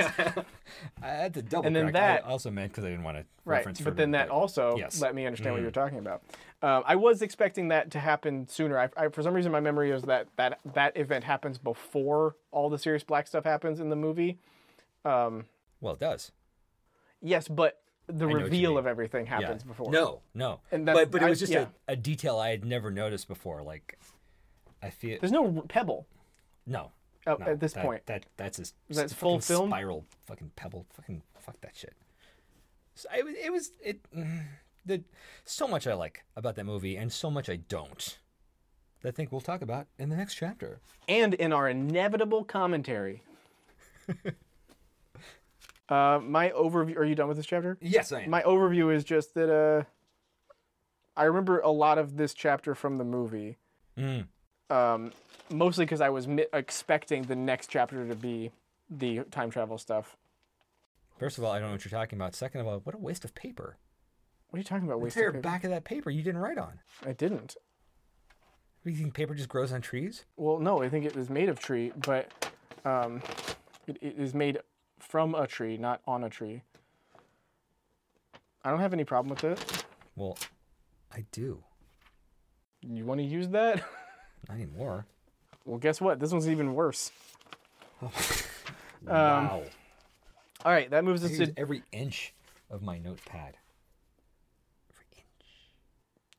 Speaker 2: I had to Uh, double
Speaker 1: And then
Speaker 2: correct.
Speaker 1: that-
Speaker 2: I also meant because I didn't want to
Speaker 1: right.
Speaker 2: reference.
Speaker 1: But
Speaker 2: further,
Speaker 1: then that also
Speaker 2: yes. Mm.
Speaker 1: let me understand what you were talking about. Um, I was expecting that to happen sooner. I, I, for some reason, my memory is that, that that event happens before all the serious black stuff happens in the movie.
Speaker 2: Well, it does.
Speaker 1: Yes, but the
Speaker 2: what you
Speaker 1: reveal
Speaker 2: mean.
Speaker 1: of everything
Speaker 2: Yeah.
Speaker 1: happens before.
Speaker 2: No, no.
Speaker 1: And that's-
Speaker 2: but but it
Speaker 1: I-
Speaker 2: was just
Speaker 1: yeah.
Speaker 2: a, a detail I had never noticed before. Like, I feel
Speaker 1: There's no r- pebble.
Speaker 2: no.
Speaker 1: Oh,
Speaker 2: no,
Speaker 1: at this
Speaker 2: that,
Speaker 1: point.
Speaker 2: that that's just
Speaker 1: Is that
Speaker 2: s-
Speaker 1: full
Speaker 2: fucking
Speaker 1: film?
Speaker 2: spiral, fucking pebble, fucking fuck that shit. So it was it was it. mm, The, so much I like about that movie, and so much I don't. That I think we'll talk about in the next chapter.
Speaker 1: And in our inevitable commentary. uh, my overview. Are you done with this chapter?
Speaker 2: Yes, I am.
Speaker 1: My overview is just that uh, I remember a lot of this chapter from the movie.
Speaker 2: Mm.
Speaker 1: Um, mostly because I was mi- expecting the next chapter to be the time travel stuff.
Speaker 2: First of all, I don't know what you're talking about. Second of all, what a waste of paper.
Speaker 1: What are you talking about? Wasted
Speaker 2: entire
Speaker 1: paper?
Speaker 2: back of that paper you didn't write on.
Speaker 1: I didn't.
Speaker 2: What, you think paper just grows on trees?
Speaker 1: Well, no, I think it is made of tree, but um, it, it is made from a tree, not on a tree. I don't have any problem with it.
Speaker 2: Well, I do.
Speaker 1: You want to use that?
Speaker 2: Not anymore.
Speaker 1: well, guess what? This one's even worse.
Speaker 2: wow.
Speaker 1: All right, that moves
Speaker 2: I
Speaker 1: us
Speaker 2: use
Speaker 1: to
Speaker 2: every inch of my notepad. Every inch.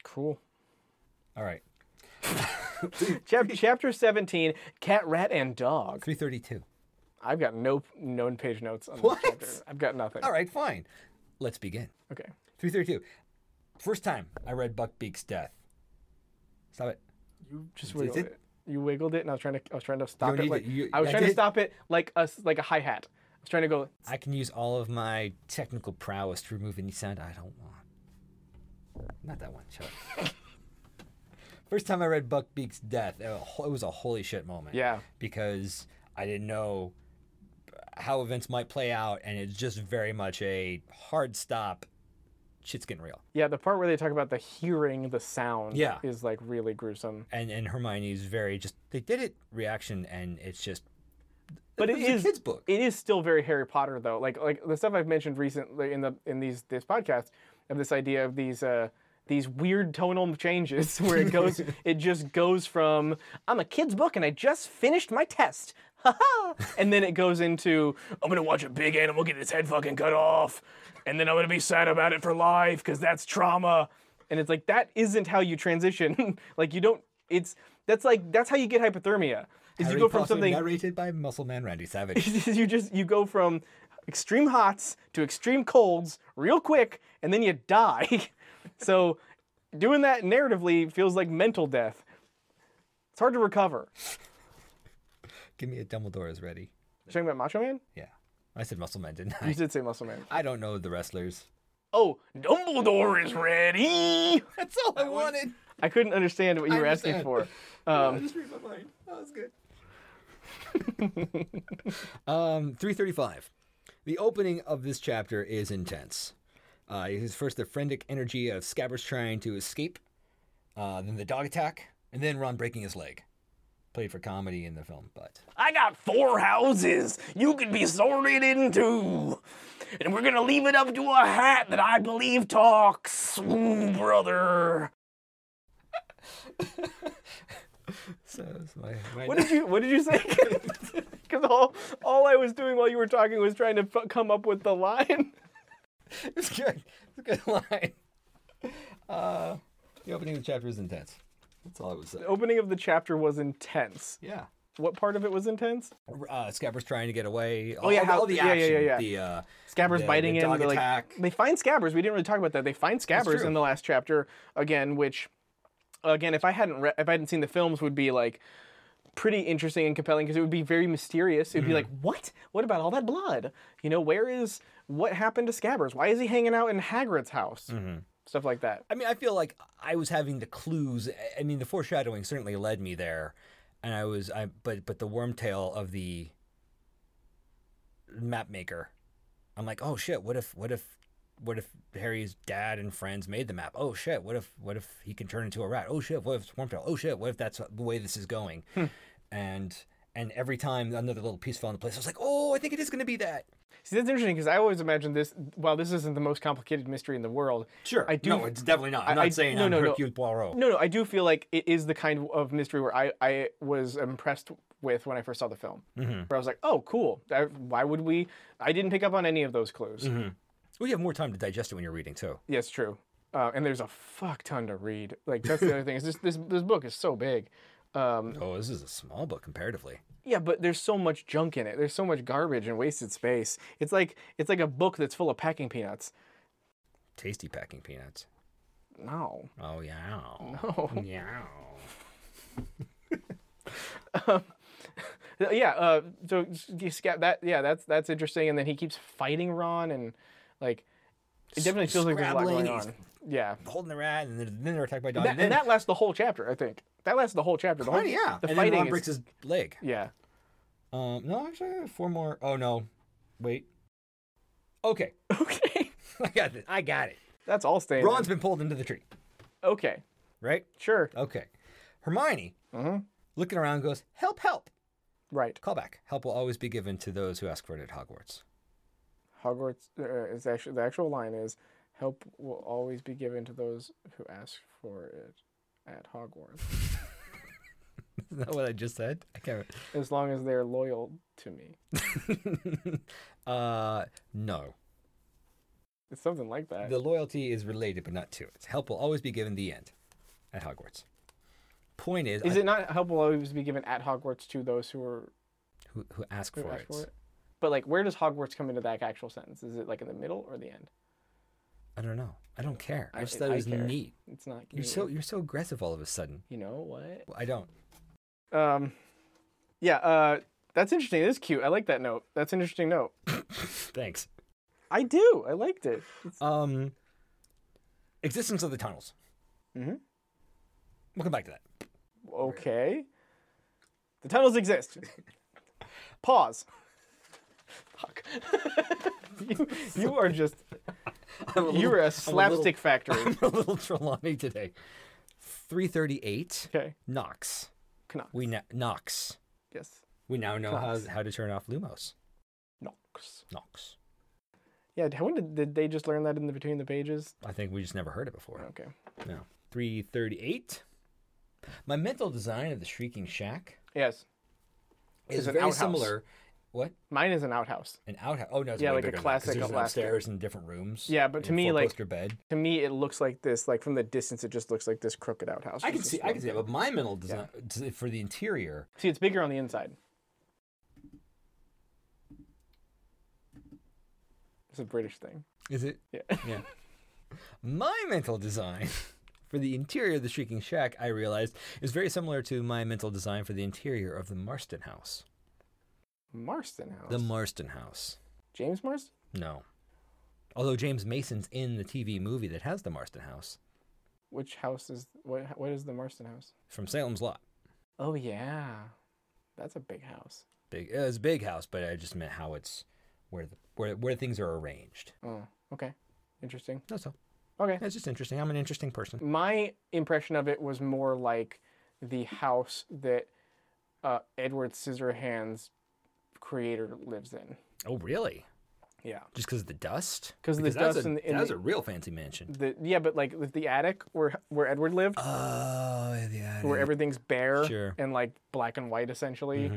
Speaker 1: cool.
Speaker 2: All right.
Speaker 1: Chap- chapter 17, Cat, Rat, and Dog.
Speaker 2: 332.
Speaker 1: I've got no known page notes on this
Speaker 2: What?
Speaker 1: chapter. I've got nothing.
Speaker 2: All right, fine. Let's begin.
Speaker 1: Okay.
Speaker 2: 332. First time I read Buckbeak's death. Stop it.
Speaker 1: You just
Speaker 2: Did
Speaker 1: wiggled it.
Speaker 2: it?
Speaker 1: You wiggled it, and I was trying to. I was trying to stop
Speaker 2: don't
Speaker 1: it.
Speaker 2: need
Speaker 1: Like,
Speaker 2: to- you-
Speaker 1: I was
Speaker 2: I
Speaker 1: trying to
Speaker 2: did-
Speaker 1: stop it like a s- like a hi hat. I was trying to go.
Speaker 2: I can use all of my technical prowess to remove any sound I don't want. Not that one. Shut up. First time I read Buckbeak's death, it wa- it was a holy shit moment.
Speaker 1: Yeah.
Speaker 2: Because I didn't know how events might play out, and it's just very much a hard stop. Shit's getting real.
Speaker 1: Yeah, the part where they talk about the hearing the sound
Speaker 2: Yeah.
Speaker 1: is like really gruesome.
Speaker 2: And and Hermione's very just they did it reaction, and it's just
Speaker 1: But
Speaker 2: it
Speaker 1: it
Speaker 2: was
Speaker 1: is
Speaker 2: a kid's book.
Speaker 1: it is still very Harry Potter though. Like like the stuff I've mentioned recently in the in these this podcast of this idea of these uh these weird tonal changes where it goes it just goes from I'm a kid's book and I just finished my test. Ha ha and then it goes into I'm gonna watch a big animal get its head fucking cut off and then I'm gonna be sad about it for life because that's trauma. And it's like that isn't how you transition. like you don't it's that's like that's how you get hypothermia. is you
Speaker 2: Harry
Speaker 1: go from
Speaker 2: Potter
Speaker 1: something
Speaker 2: narrated by Muscle Man Randy Savage.
Speaker 1: you just you go from extreme hots to extreme colds real quick and then you die so doing that narratively feels like mental death it's hard to recover
Speaker 2: Give me a Dumbledore is ready.
Speaker 1: you talking about macho man
Speaker 2: Yeah, I said Muscle Man, didn't
Speaker 1: you
Speaker 2: I?
Speaker 1: did say muscle man
Speaker 2: I don't know the wrestlers.
Speaker 1: oh dumbledore is ready
Speaker 2: That's all I wanted.
Speaker 1: i couldn't understand what you were asking for
Speaker 2: understand. I just read my mind. That was good. um, 335. The opening of this chapter is intense. Uh, it is first the frantic energy of Scabbers trying to escape, uh, then the dog attack, and then Ron breaking his leg. Played for comedy in the film, but
Speaker 1: I got four houses you could be sorted into. And we're gonna leave it up to a hat that I believe talks. Ooh, brother.
Speaker 2: so it's my, my-
Speaker 1: What did you what did you say? Cause all all I was doing while you were talking was trying to f- come up with the line.
Speaker 2: it's good. It's a good line. Uh, the opening of the chapter is intense. That's all I would say.
Speaker 1: The opening of the chapter was intense.
Speaker 2: Yeah.
Speaker 1: What part of it was intense?
Speaker 2: uh, Scabbers trying to get away. Oh
Speaker 1: yeah,
Speaker 2: all,
Speaker 1: how-
Speaker 2: all the
Speaker 1: yeah,
Speaker 2: action.
Speaker 1: yeah, yeah, yeah.
Speaker 2: The uh,
Speaker 1: Scabbers
Speaker 2: the-
Speaker 1: biting
Speaker 2: the
Speaker 1: in.
Speaker 2: dog
Speaker 1: they're like-
Speaker 2: attack.
Speaker 1: they find scabbers. We didn't really talk about that. They find scabbers
Speaker 2: true.
Speaker 1: in the last chapter again, which again, if I hadn't re- if I hadn't seen the films, would be like pretty interesting and compelling because it would be very mysterious. It'd be like,
Speaker 2: Mm-hmm.
Speaker 1: what? What about all that blood? You know, where is what happened to scabbers? Why is he hanging out in Hagrid's house?
Speaker 2: Mm-hmm.
Speaker 1: Stuff like that.
Speaker 2: I mean, I feel like I was having the clues. I- I mean, the foreshadowing certainly led me there, and I was. I but but the wormtail of the map maker. I'm like, oh shit! What if what if what if Harry's dad and friends made the map? Oh shit! What if what if he can turn into a rat? Oh shit! What if it's wormtail? Oh shit! What if that's the way this is going?
Speaker 1: Hmm.
Speaker 2: And and every time another little piece fell into place, I was like, oh, I think it is going to be that.
Speaker 1: See, that's interesting because I always imagine this. While this isn't the most complicated mystery in the world,
Speaker 2: Sure.
Speaker 1: I do.
Speaker 2: No, it's definitely not. I'm
Speaker 1: I-
Speaker 2: not
Speaker 1: I-
Speaker 2: saying
Speaker 1: no,
Speaker 2: I'm
Speaker 1: no, no.
Speaker 2: Hercule Poirot.
Speaker 1: No, no, I do feel like it is the kind of mystery where I, I was impressed with when I first saw the film.
Speaker 2: Mm-hmm.
Speaker 1: Where I was like, oh, cool. I, why would we? I didn't pick up on any of those clues.
Speaker 2: Mm-hmm. Well, you have more time to digest it when you're reading too.
Speaker 1: Yes, true. Uh, and there's a fuck ton to read. Like that's the other thing. Is this this this book is so big. Um,
Speaker 2: Oh, this is a small book comparatively.
Speaker 1: yeah, but there's so much junk in it. There's so much garbage and wasted space. It's like it's like a book that's full of packing peanuts.
Speaker 2: Tasty packing peanuts.
Speaker 1: No.
Speaker 2: Oh yeah. Oh.
Speaker 1: No.
Speaker 2: Yeah.
Speaker 1: yeah uh so you sca- that yeah that's that's interesting and then he keeps fighting ron and like it definitely feels like there's a lot going
Speaker 2: scrabbling,
Speaker 1: on yeah
Speaker 2: Holding the rat, and then, then they're attacked by dogs.
Speaker 1: that,
Speaker 2: and
Speaker 1: and that lasts the whole chapter i think that lasts the whole chapter the whole,
Speaker 2: oh, yeah.
Speaker 1: the
Speaker 2: and then
Speaker 1: fighting
Speaker 2: Ron breaks
Speaker 1: is,
Speaker 2: his leg.
Speaker 1: yeah
Speaker 2: Um, no, actually, I have four more. Oh no, wait. Okay,
Speaker 1: okay
Speaker 2: I got it. I got it.
Speaker 1: that's all staying
Speaker 2: Ron's been pulled into the tree,
Speaker 1: okay
Speaker 2: right?
Speaker 1: sure
Speaker 2: Okay. Hermione,
Speaker 1: Mhm.
Speaker 2: looking around, goes, "Help! Help!"
Speaker 1: right
Speaker 2: Callback. Help will always be given to those who ask for it at Hogwarts.
Speaker 1: hogwarts uh, is actually the actual line is help will always be given to those who ask for it at hogwarts
Speaker 2: Isn't that what I just said? I can't.
Speaker 1: as long as they're loyal to me
Speaker 2: uh, no.
Speaker 1: it's something like that
Speaker 2: The loyalty is related, but not to it. Help will always be given the end at Hogwarts. Point is,
Speaker 1: is
Speaker 2: I-
Speaker 1: it not help will always be given at hogwarts to those who are
Speaker 2: who, who ask
Speaker 1: Who
Speaker 2: for
Speaker 1: asked
Speaker 2: it?
Speaker 1: for it? But like, where does Hogwarts come into that actual sentence? Is it like in the middle or the end?
Speaker 2: I don't know. I don't care. I,
Speaker 1: I-
Speaker 2: just thought
Speaker 1: I
Speaker 2: it was
Speaker 1: care. Mm.
Speaker 2: neat.
Speaker 1: It's not.
Speaker 2: You're
Speaker 1: convenient.
Speaker 2: so you're so aggressive all of a sudden.
Speaker 1: You know what?
Speaker 2: I don't.
Speaker 1: Um, yeah. Uh, that's interesting. It is cute. I like that note. That's an interesting note.
Speaker 2: Thanks.
Speaker 1: I do. I liked it. It's-
Speaker 2: Um, existence of the tunnels.
Speaker 1: Mhm.
Speaker 2: We'll come back to that.
Speaker 1: okay. The tunnels exist. Pause. Fuck. you, you are just.
Speaker 2: I'm a
Speaker 1: You
Speaker 2: little-
Speaker 1: are
Speaker 2: I'm
Speaker 1: a slapstick factory.
Speaker 2: I'm a little Trelawney today. Three thirty-eight.
Speaker 1: Okay.
Speaker 2: Knox.
Speaker 1: Knox.
Speaker 2: We na- Knox.
Speaker 1: Yes.
Speaker 2: We now know how,
Speaker 1: Knox.
Speaker 2: how to turn off Lumos.
Speaker 1: Knox.
Speaker 2: Knox.
Speaker 1: Yeah. When did, did they just learn that in the between the pages?
Speaker 2: I think we just never heard it before.
Speaker 1: Okay.
Speaker 2: No. 338. My mental design of the Shrieking Shack
Speaker 1: Yes.
Speaker 2: is
Speaker 1: It's an
Speaker 2: very
Speaker 1: outhouse.
Speaker 2: similar What?
Speaker 1: Mine is an outhouse.
Speaker 2: An outhouse? Oh no, it's
Speaker 1: Yeah,
Speaker 2: way
Speaker 1: like a
Speaker 2: bigger than that, 'cause
Speaker 1: classic
Speaker 2: there's an
Speaker 1: Alaska.
Speaker 2: upstairs and different rooms.
Speaker 1: Yeah, but to
Speaker 2: and
Speaker 1: me, like-
Speaker 2: four-poster bed.
Speaker 1: To me, it looks like this. Like from the distance, it just looks like this crooked outhouse.
Speaker 2: I
Speaker 1: It's
Speaker 2: can
Speaker 1: just
Speaker 2: see, I
Speaker 1: one-
Speaker 2: can see that, but my mental design d- for the interior.
Speaker 1: See, it's bigger on the inside. It's a British thing.
Speaker 2: Is it?
Speaker 1: Yeah.
Speaker 2: Yeah. my mental design for the interior of the Shrieking Shack, I realized, is very similar to my mental design for the interior of the Marston House.
Speaker 1: Marston House.
Speaker 2: The Marston House.
Speaker 1: James Marston?
Speaker 2: No. Although James Mason's in the TV movie that has the Marston House
Speaker 1: Which house is what? What is the Marston House?
Speaker 2: from Salem's Lot.
Speaker 1: Oh yeah, that's a big house.
Speaker 2: Big, uh, it's a big house, but I just meant how it's where the, where where things are arranged.
Speaker 1: Oh, okay, interesting.
Speaker 2: That's all.
Speaker 1: Okay,
Speaker 2: That's just interesting. I'm an interesting person.
Speaker 1: my impression of it was more like the house that uh, Edward Scissorhands creator lives in.
Speaker 2: Oh, really?
Speaker 1: Yeah.
Speaker 2: Just because of the dust?
Speaker 1: 'Cause of the
Speaker 2: Because that's
Speaker 1: dust
Speaker 2: a,
Speaker 1: and the- and
Speaker 2: that's
Speaker 1: the-
Speaker 2: a real fancy mansion.
Speaker 1: The yeah, but like with the attic where where Edward lived,
Speaker 2: Oh, yeah.
Speaker 1: where everything's bare
Speaker 2: Sure. Mm-hmm.
Speaker 1: and like black and white essentially.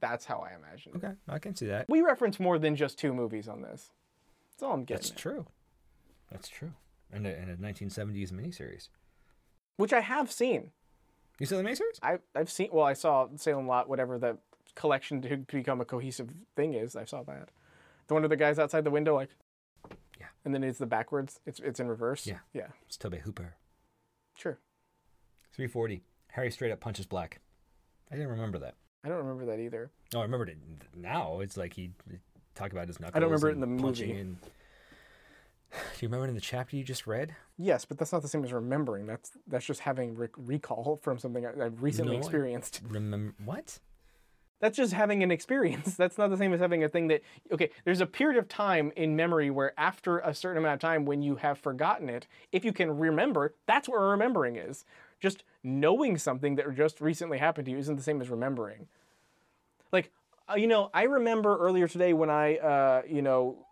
Speaker 1: That's how I imagine. it.
Speaker 2: Okay, I can see that.
Speaker 1: We reference more than just two movies on this. That's all I'm
Speaker 2: That's
Speaker 1: getting. at.
Speaker 2: true. That's true. And a, and a 1970s miniseries.
Speaker 1: Which I have seen.
Speaker 2: You saw the miniseries?
Speaker 1: I I've seen. Well, I saw Salem Lot, whatever the collection to to become a cohesive thing is. I saw that. The one of the guys outside the window, like.
Speaker 2: Yeah.
Speaker 1: And then it's the backwards. It's it's in reverse.
Speaker 2: Yeah.
Speaker 1: Yeah.
Speaker 2: It's Tobey Hooper.
Speaker 1: Sure.
Speaker 2: 340. Harry straight up punches black. I didn't remember that.
Speaker 1: I don't remember that either.
Speaker 2: No, Oh, I remembered it now. It's like he talk about his knuckles.
Speaker 1: remember it
Speaker 2: and
Speaker 1: in the
Speaker 2: punching
Speaker 1: movie.
Speaker 2: And... Do you remember it in the chapter you just read?
Speaker 1: Yes, but that's not the same as remembering. That's that's just having re- recall from something I, I've recently
Speaker 2: No, I-
Speaker 1: experienced.
Speaker 2: Remember what?
Speaker 1: That's just having an experience. That's not the same as having a thing that okay, there's a period of time in memory where after a certain amount of time when you have forgotten it, if you can remember, that's where remembering is. Just knowing something that just recently happened to you isn't the same as remembering. Like uh, you know, I remember earlier today when I uh, you know,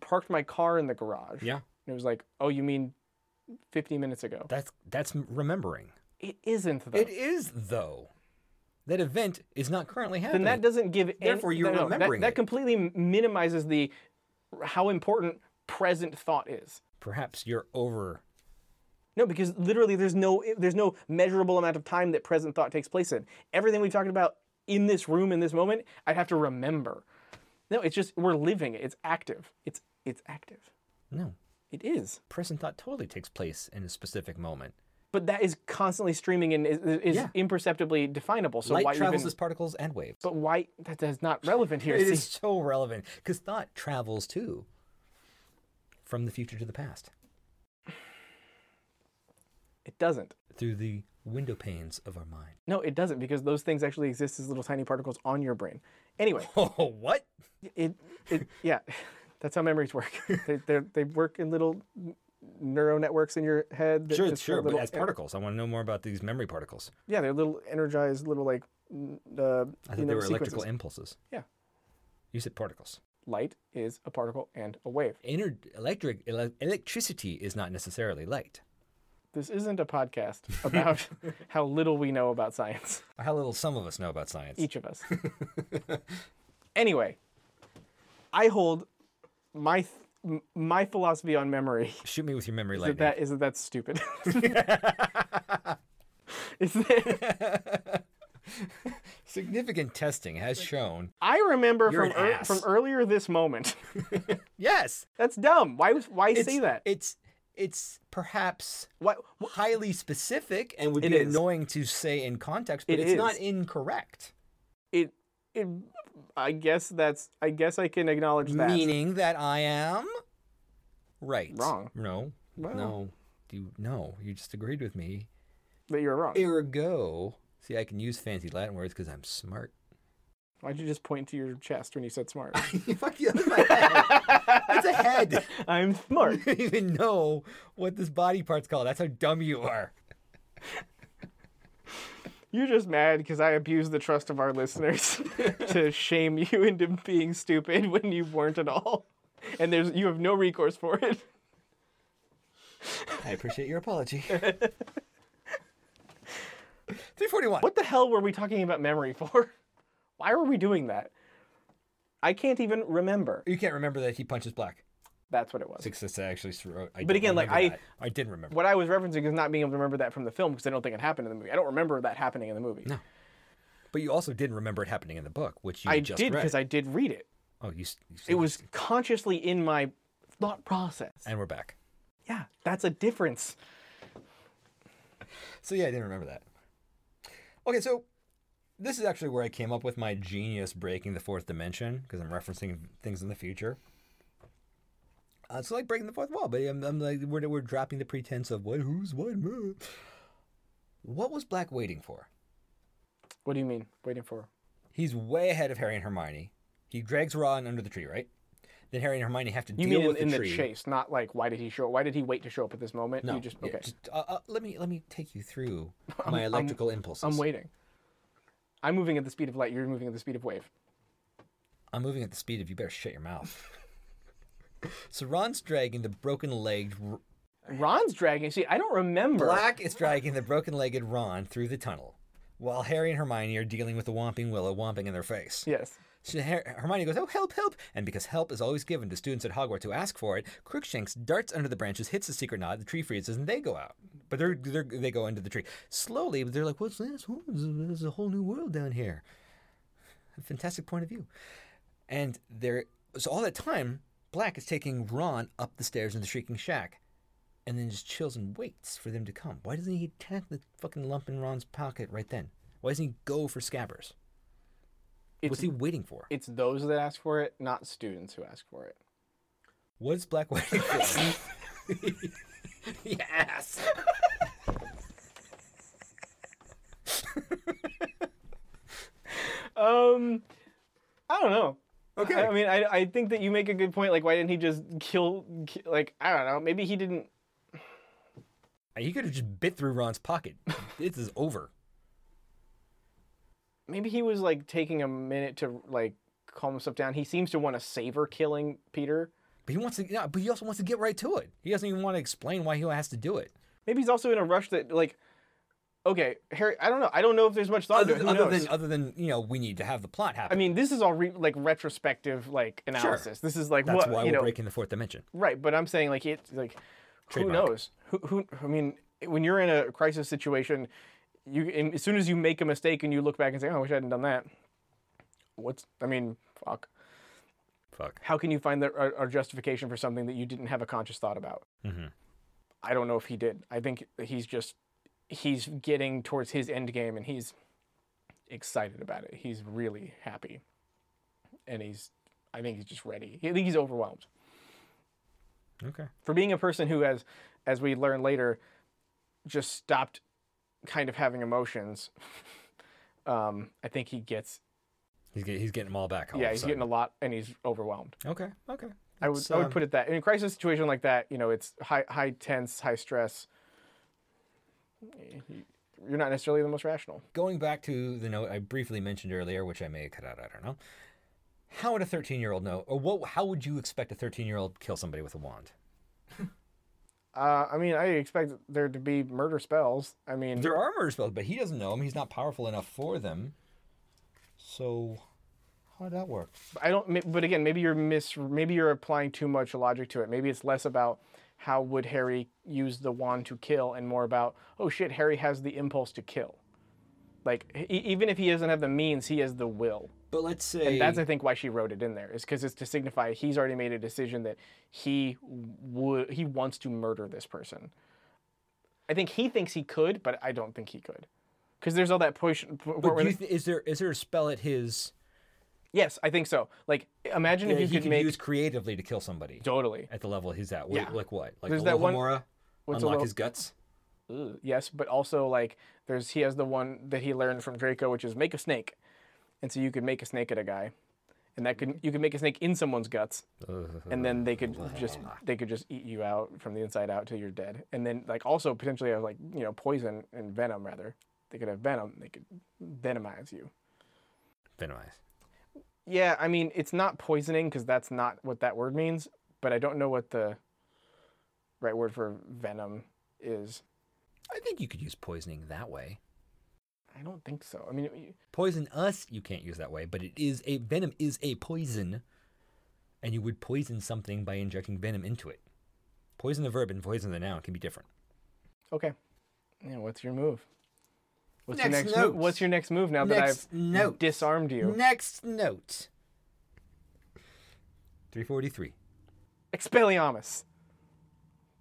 Speaker 1: parked my car in the garage.
Speaker 2: Yeah,
Speaker 1: And it was like, "Oh, you mean 50 minutes ago."
Speaker 2: that's that's m- remembering.
Speaker 1: It isn't though.
Speaker 2: It is though. That event is not currently happening.
Speaker 1: then that doesn't give any-
Speaker 2: Therefore, you're
Speaker 1: no,
Speaker 2: remembering
Speaker 1: that,
Speaker 2: it.
Speaker 1: that completely minimizes the how important present thought is
Speaker 2: Perhaps you're over.
Speaker 1: no because literally there's no there's no measurable amount of time that present thought takes place in everything we've talked about in this room in this moment i'd have to remember no it's just we're living it it's active it's it's active
Speaker 2: No,
Speaker 1: it is
Speaker 2: present thought totally takes place in a specific moment.
Speaker 1: but that is constantly streaming and is, is
Speaker 2: Yeah.
Speaker 1: imperceptibly definable so
Speaker 2: Light
Speaker 1: why
Speaker 2: travels
Speaker 1: even
Speaker 2: as particles and waves.
Speaker 1: but why that is not relevant here
Speaker 2: It
Speaker 1: see?
Speaker 2: is so relevant because thought travels too, from the future to the past
Speaker 1: it doesn't
Speaker 2: through the window panes of our mind.
Speaker 1: no it doesn't because those things actually exist as little tiny particles on your brain anyway
Speaker 2: Oh, what?
Speaker 1: it, it yeah that's how memories work they, they're, they work in little n- neural networks in your head that
Speaker 2: Sure,
Speaker 1: just are
Speaker 2: sure, but
Speaker 1: little
Speaker 2: as
Speaker 1: en-
Speaker 2: particles, I want to know more about these memory particles.
Speaker 1: yeah they're little energized little like n- uh,
Speaker 2: I
Speaker 1: you
Speaker 2: think
Speaker 1: know,
Speaker 2: they were
Speaker 1: sequences.
Speaker 2: electrical impulses.
Speaker 1: Yeah.
Speaker 2: You said particles.
Speaker 1: light is a particle and a wave
Speaker 2: Ener- electric ele- electricity is not necessarily light.
Speaker 1: this isn't a podcast about how little we know about science
Speaker 2: Or how little some of us know about science.
Speaker 1: each of us anyway i hold my th- m- my philosophy on memory
Speaker 2: Shoot me with your memory
Speaker 1: that
Speaker 2: lightning.
Speaker 1: that is that that's stupid is that,
Speaker 2: Significant testing has shown.
Speaker 1: i remember
Speaker 2: You're
Speaker 1: from,
Speaker 2: an
Speaker 1: ear- from
Speaker 2: ass.
Speaker 1: earlier this moment
Speaker 2: Yes.
Speaker 1: That's dumb. Why was- why
Speaker 2: It's,
Speaker 1: say that?
Speaker 2: It's it's perhaps
Speaker 1: Why
Speaker 2: highly specific and would
Speaker 1: It
Speaker 2: be
Speaker 1: is.
Speaker 2: annoying to say in context, but
Speaker 1: It
Speaker 2: it's not
Speaker 1: is.
Speaker 2: incorrect.
Speaker 1: it, it I guess that's I guess I can acknowledge that.
Speaker 2: Meaning that I am right.
Speaker 1: Wrong.
Speaker 2: No.
Speaker 1: Well.
Speaker 2: No. You no. You just agreed with me.
Speaker 1: that you're wrong.
Speaker 2: Ergo. See, I can use fancy Latin words because I'm smart.
Speaker 1: Why'd you just point to your chest when you said smart?
Speaker 2: Fuck you. That's my head. That's a head.
Speaker 1: I'm smart.
Speaker 2: You don't even know what this body part's called. That's how dumb you are.
Speaker 1: You're just mad because I abused the trust of our listeners to shame you into being stupid when you weren't at all. And there's you have no recourse for it.
Speaker 2: I appreciate your apology. 341.
Speaker 1: What the hell were we talking about memory for? Why were we doing that? I can't even remember.
Speaker 2: You can't remember that he punches black.
Speaker 1: That's what it was.
Speaker 2: Six I actually wrote. I
Speaker 1: But
Speaker 2: don't
Speaker 1: again, like,
Speaker 2: remember
Speaker 1: I-
Speaker 2: that. I didn't remember.
Speaker 1: What I was referencing is not being able to remember that from the film because I don't think it happened in the movie. I don't remember that happening in the movie.
Speaker 2: But you also didn't remember it happening in the book, which you
Speaker 1: I
Speaker 2: just
Speaker 1: did
Speaker 2: read.
Speaker 1: because I did read it.
Speaker 2: oh, you, s- you said
Speaker 1: It was consciously in my thought process.
Speaker 2: and we're back.
Speaker 1: Yeah, that's a difference.
Speaker 2: So yeah, I didn't remember that. Okay, so this is actually where I came up with my genius breaking the fourth dimension because I'm referencing things in the future. Uh, it's like breaking the fourth wall, but I'm, I'm like we're, we're dropping the pretense of what who's what. uh." What was Black waiting for?
Speaker 1: What do you mean? Waiting for?
Speaker 2: He's way ahead of Harry and Hermione. He drags Ron under the tree, right? Then Harry and Hermione have to
Speaker 1: You mean
Speaker 2: deal
Speaker 1: in,
Speaker 2: with
Speaker 1: in
Speaker 2: the
Speaker 1: the
Speaker 2: tree.
Speaker 1: chase, not like why did he show? Why did he wait to show up at this moment?
Speaker 2: No,
Speaker 1: you just
Speaker 2: yeah,
Speaker 1: okay.
Speaker 2: uh, uh, let me let me take you through my electrical impulses.
Speaker 1: I'm waiting. I'm moving at the speed of light. You're moving at the speed of wave.
Speaker 2: I'm moving at the speed of you better shut your mouth. so Ron's dragging the broken legged
Speaker 1: Ron's dragging. See, I don't remember.
Speaker 2: Black is dragging the broken legged Ron through the tunnel, while Harry and Hermione are dealing with the Whomping Willow whomping in their face.
Speaker 1: Yes.
Speaker 2: So Her- Hermione goes, "Oh, help, help!" And because help is always given to students at Hogwarts who ask for it, Crookshanks darts under the branches, hits the secret knot, the tree freezes, and they go out. But they're, they're they go into the tree slowly. But they're like, "What's this? Oh, There's a whole new world down here." A fantastic point of view. And there, so all that time, Black is taking Ron up the stairs in the Shrieking Shack, and then just chills and waits for them to come. Why doesn't he attack the fucking lump in Ron's pocket right then? Why doesn't he go for Scabbers? What's
Speaker 1: It's
Speaker 2: he waiting for?
Speaker 1: it's those that ask for it, not students who ask for it.
Speaker 2: What is black waiting for? yes.
Speaker 1: Um, I don't know.
Speaker 2: Okay.
Speaker 1: I, I mean, I, I think that you make a good point. Like, why didn't he just kill, ki Like, I don't know. Maybe he didn't.
Speaker 2: He could have just bit through Ron's pocket. This is over.
Speaker 1: Maybe he was like taking a minute to like calm himself down. He seems to want to savor killing Peter.
Speaker 2: But he wants to. Yeah, but he also wants to get right to it. He doesn't even want to explain why he has to do it.
Speaker 1: Maybe he's also in a rush that like. Okay, Harry. I don't know. I don't know if there's much thought
Speaker 2: Other,
Speaker 1: to it. Who
Speaker 2: other
Speaker 1: knows?
Speaker 2: than, uh, other than you know, we need to have the plot
Speaker 1: I
Speaker 2: happen.
Speaker 1: mean, this is all re- like retrospective, like analysis. This is like
Speaker 2: That's
Speaker 1: what
Speaker 2: why
Speaker 1: you
Speaker 2: we're
Speaker 1: know,
Speaker 2: breaking the fourth dimension.
Speaker 1: right? But I'm saying like it's like who
Speaker 2: Trademark.
Speaker 1: knows? Who, who? I mean, when you're in a crisis situation, you and as soon as you make a mistake and you look back and say, "Oh, I wish I hadn't done that." What's? I mean, fuck.
Speaker 2: Fuck.
Speaker 1: How can you find the, a, a justification for something that you didn't have a conscious thought about?
Speaker 2: Mhm.
Speaker 1: I don't know if he did. I think he's just he's getting towards his end game and he's excited about it. He's really happy. And he's I think he's just ready. I think he's overwhelmed.
Speaker 2: Okay.
Speaker 1: For being a person who has as we learn later just stopped kind of having emotions. um, I think he gets
Speaker 2: He's get, he's getting them all back. All
Speaker 1: yeah,
Speaker 2: of a
Speaker 1: he's
Speaker 2: sudden.
Speaker 1: getting a lot and he's overwhelmed.
Speaker 2: Okay. Okay.
Speaker 1: I would
Speaker 2: That's,
Speaker 1: I would
Speaker 2: um,
Speaker 1: put it that in a crisis situation like that, you know, it's high high tense, high stress. You're not necessarily the most rational.
Speaker 2: going back to the note I briefly mentioned earlier, which I may have cut out, I don't know. How would a 13 year old know? Or what, how would you expect a 13 year old kill somebody with a wand?
Speaker 1: Uh, I mean, I expect there to be murder spells. I mean,
Speaker 2: There are murder spells, but he doesn't know them. He's not powerful enough for them. So, how would that work?
Speaker 1: I don't. ma- But again, maybe you're mis. Maybe you're applying too much logic to it. Maybe it's less about how would Harry use the wand to kill, and more about oh shit, Harry has the impulse to kill. Like e- even if he doesn't have the means, he has the will.
Speaker 2: But let's say
Speaker 1: That's I think why she wrote it in there is because it's to signify he's already made a decision that he would he wants to murder this person. I think he thinks he could, but I don't think he could. Because there's all that push.
Speaker 2: but do you th- is there is there a spell at his
Speaker 1: Yes, I think so. Like, imagine
Speaker 2: that
Speaker 1: if you
Speaker 2: he
Speaker 1: could
Speaker 2: could
Speaker 1: make
Speaker 2: use creatively to kill somebody
Speaker 1: totally.
Speaker 2: at the level he's at? What-
Speaker 1: Yeah.
Speaker 2: Like what? Like
Speaker 1: There's that one-
Speaker 2: Alohomora,
Speaker 1: What's
Speaker 2: unlock
Speaker 1: Alo-
Speaker 2: his guts.
Speaker 1: Ugh. Yes, but also like there's he has the one that he learned from Draco, which is make a snake, and so you could make a snake at a guy, and that could you could make a snake in someone's guts, and then they could just they could just eat you out from the inside out till you're dead, and then like also potentially have like you know poison and venom rather. They could have venom. They could venomize you.
Speaker 2: Venomize.
Speaker 1: Yeah, I mean it's not poisoning because that's not what that word means, but I don't know what the right word for venom is.
Speaker 2: I think you could use poisoning that way.
Speaker 1: I don't think so. I mean, you-
Speaker 2: Poison us, you can't use that way, but it is a venom is a poison, and you would poison something by injecting venom into it. Poison the verb and poison the noun can be different.
Speaker 1: okay. Yeah, what's your move? What's your
Speaker 2: Next
Speaker 1: next move?
Speaker 2: note.
Speaker 1: What's your next move now
Speaker 2: Next
Speaker 1: that I've
Speaker 2: note.
Speaker 1: disarmed you?
Speaker 2: Next note. 343.
Speaker 1: Expelliarmus.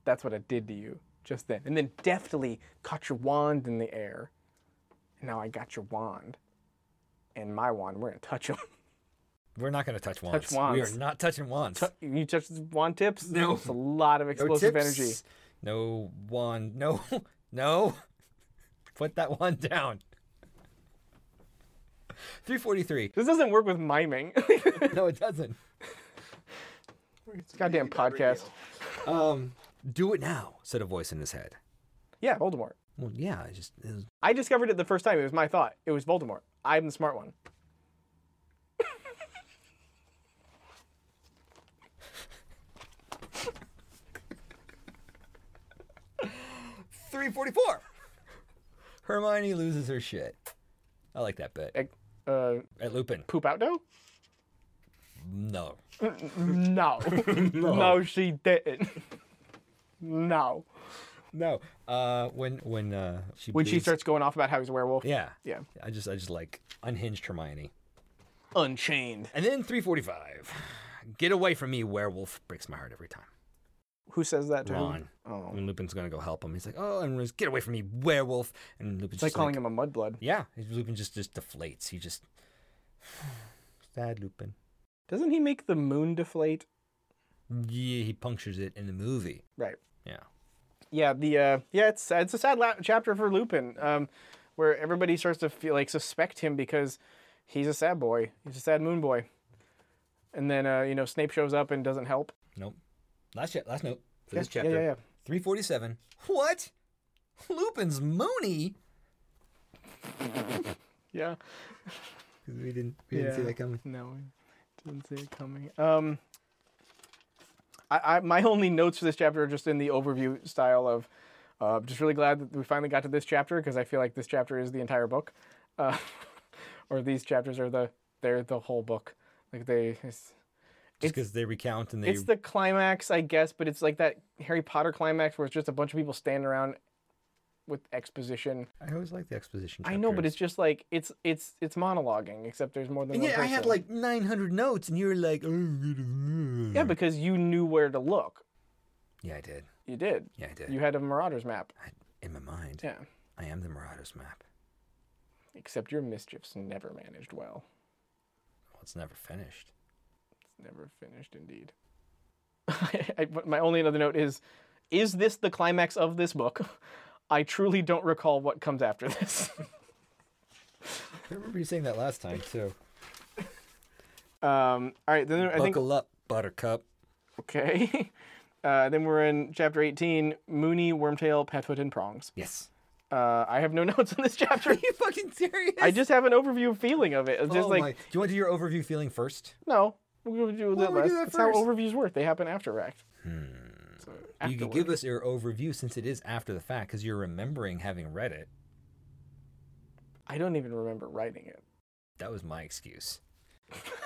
Speaker 1: That's what it did to you just then. And then deftly caught your wand in the air. And now I got your wand. And my wand, we're going to touch them.
Speaker 2: We're not going to touch wands. We
Speaker 1: wands.
Speaker 2: are not touching wands.
Speaker 1: you touch the wand tips?
Speaker 2: No.
Speaker 1: It's a lot of explosive
Speaker 2: tips.
Speaker 1: energy.
Speaker 2: No wand. No. No. Put that one down. 343.
Speaker 1: This doesn't work with miming.
Speaker 2: No, it doesn't.
Speaker 1: Goddamn podcast.
Speaker 2: Um, do it now, said a voice in his head.
Speaker 1: Yeah, Voldemort.
Speaker 2: Well, yeah, I just it was-
Speaker 1: I discovered it the first time. It was my thought. It was Voldemort. I'm the smart one.
Speaker 2: three forty-four. Hermione loses her shit. I like that bit.
Speaker 1: Like, Uh,
Speaker 2: At Lupin.
Speaker 1: poop out dough?
Speaker 2: No.
Speaker 1: No. no. she didn't. No.
Speaker 2: No. Uh, when when uh she
Speaker 1: When she
Speaker 2: bleeds-
Speaker 1: starts going off about how he's a werewolf.
Speaker 2: Yeah.
Speaker 1: Yeah.
Speaker 2: I just I just like unhinged Hermione.
Speaker 1: Unchained.
Speaker 2: And then 345. Get away from me, werewolf. Breaks my heart every time.
Speaker 1: Who says that to him?
Speaker 2: Ron.
Speaker 1: Oh.
Speaker 2: When Lupin's gonna go help him, he's like, "Oh," and Ron's, "Get away from me, werewolf!" And Lupin's
Speaker 1: It's like
Speaker 2: just
Speaker 1: calling him a mudblood.
Speaker 2: "Yeah." Lupin just just deflates. He just sad Lupin.
Speaker 1: Doesn't he make the moon deflate?
Speaker 2: Yeah, he punctures it in the movie.
Speaker 1: Right.
Speaker 2: Yeah.
Speaker 1: Yeah. The uh, yeah, it's it's a sad la- chapter for Lupin, um, where everybody starts to feel like suspect him because he's a sad boy. He's a sad moon boy. And then uh, you know Snape shows up and doesn't help.
Speaker 2: Nope. Last cha- last note for
Speaker 1: Yeah,
Speaker 2: this
Speaker 1: yeah,
Speaker 2: chapter.
Speaker 1: yeah, yeah.
Speaker 2: 347. What? Lupin's Mooney?
Speaker 1: Yeah.
Speaker 2: Because we didn't we
Speaker 1: Yeah. No, I didn't see it coming. Um, I, I my only notes for this chapter are just in the overview style of, uh, just really glad that we finally got to this chapter because I feel like this chapter is the entire book, uh, or these chapters are the they're the whole book. Like they, it's,
Speaker 2: Just because they recount and they
Speaker 1: it's the climax, I guess, but it's like that Harry Potter climax where it's just a bunch of people standing around with exposition.
Speaker 2: I always like the exposition.
Speaker 1: I know, but
Speaker 2: chapters.
Speaker 1: it's just like it's it's it's monologuing, except there's more than
Speaker 2: And
Speaker 1: one
Speaker 2: yet I had
Speaker 1: person.
Speaker 2: like 900 notes, and you were like, "Oh,
Speaker 1: Yeah, because you knew where to look.
Speaker 2: yeah, I did.
Speaker 1: You did.
Speaker 2: Yeah, I did.
Speaker 1: You had a Marauder's map.
Speaker 2: I, in my mind,
Speaker 1: Yeah.
Speaker 2: I am the Marauders map.
Speaker 1: Except your mischief's never managed well.
Speaker 2: Well, it's never finished.
Speaker 1: It's never finished, indeed. I, but my only other note is Is this the climax of this book? I truly don't recall what comes after this.
Speaker 2: I remember you saying that last time too.
Speaker 1: um, all right, then I think.
Speaker 2: Buckle up, Buttercup.
Speaker 1: Okay. Uh, then we're in chapter 18 Mooney, Wormtail, Petfoot, and Prongs.
Speaker 2: Yes.
Speaker 1: Uh, I have no notes on this
Speaker 2: Are
Speaker 1: chapter.
Speaker 2: you fucking serious?
Speaker 1: I just have an overview feeling of it. It's just
Speaker 2: Oh
Speaker 1: like,
Speaker 2: my- Do you want to do your overview feeling first?
Speaker 1: No, we're gonna do that
Speaker 2: we
Speaker 1: last.
Speaker 2: do that
Speaker 1: That's how
Speaker 2: first?
Speaker 1: overviews work. They happen after act. So
Speaker 2: Hmm. You could
Speaker 1: afterward.
Speaker 2: give us your overview since it is after the fact because you're remembering having read it.
Speaker 1: I don't even remember writing it.
Speaker 2: That was my excuse.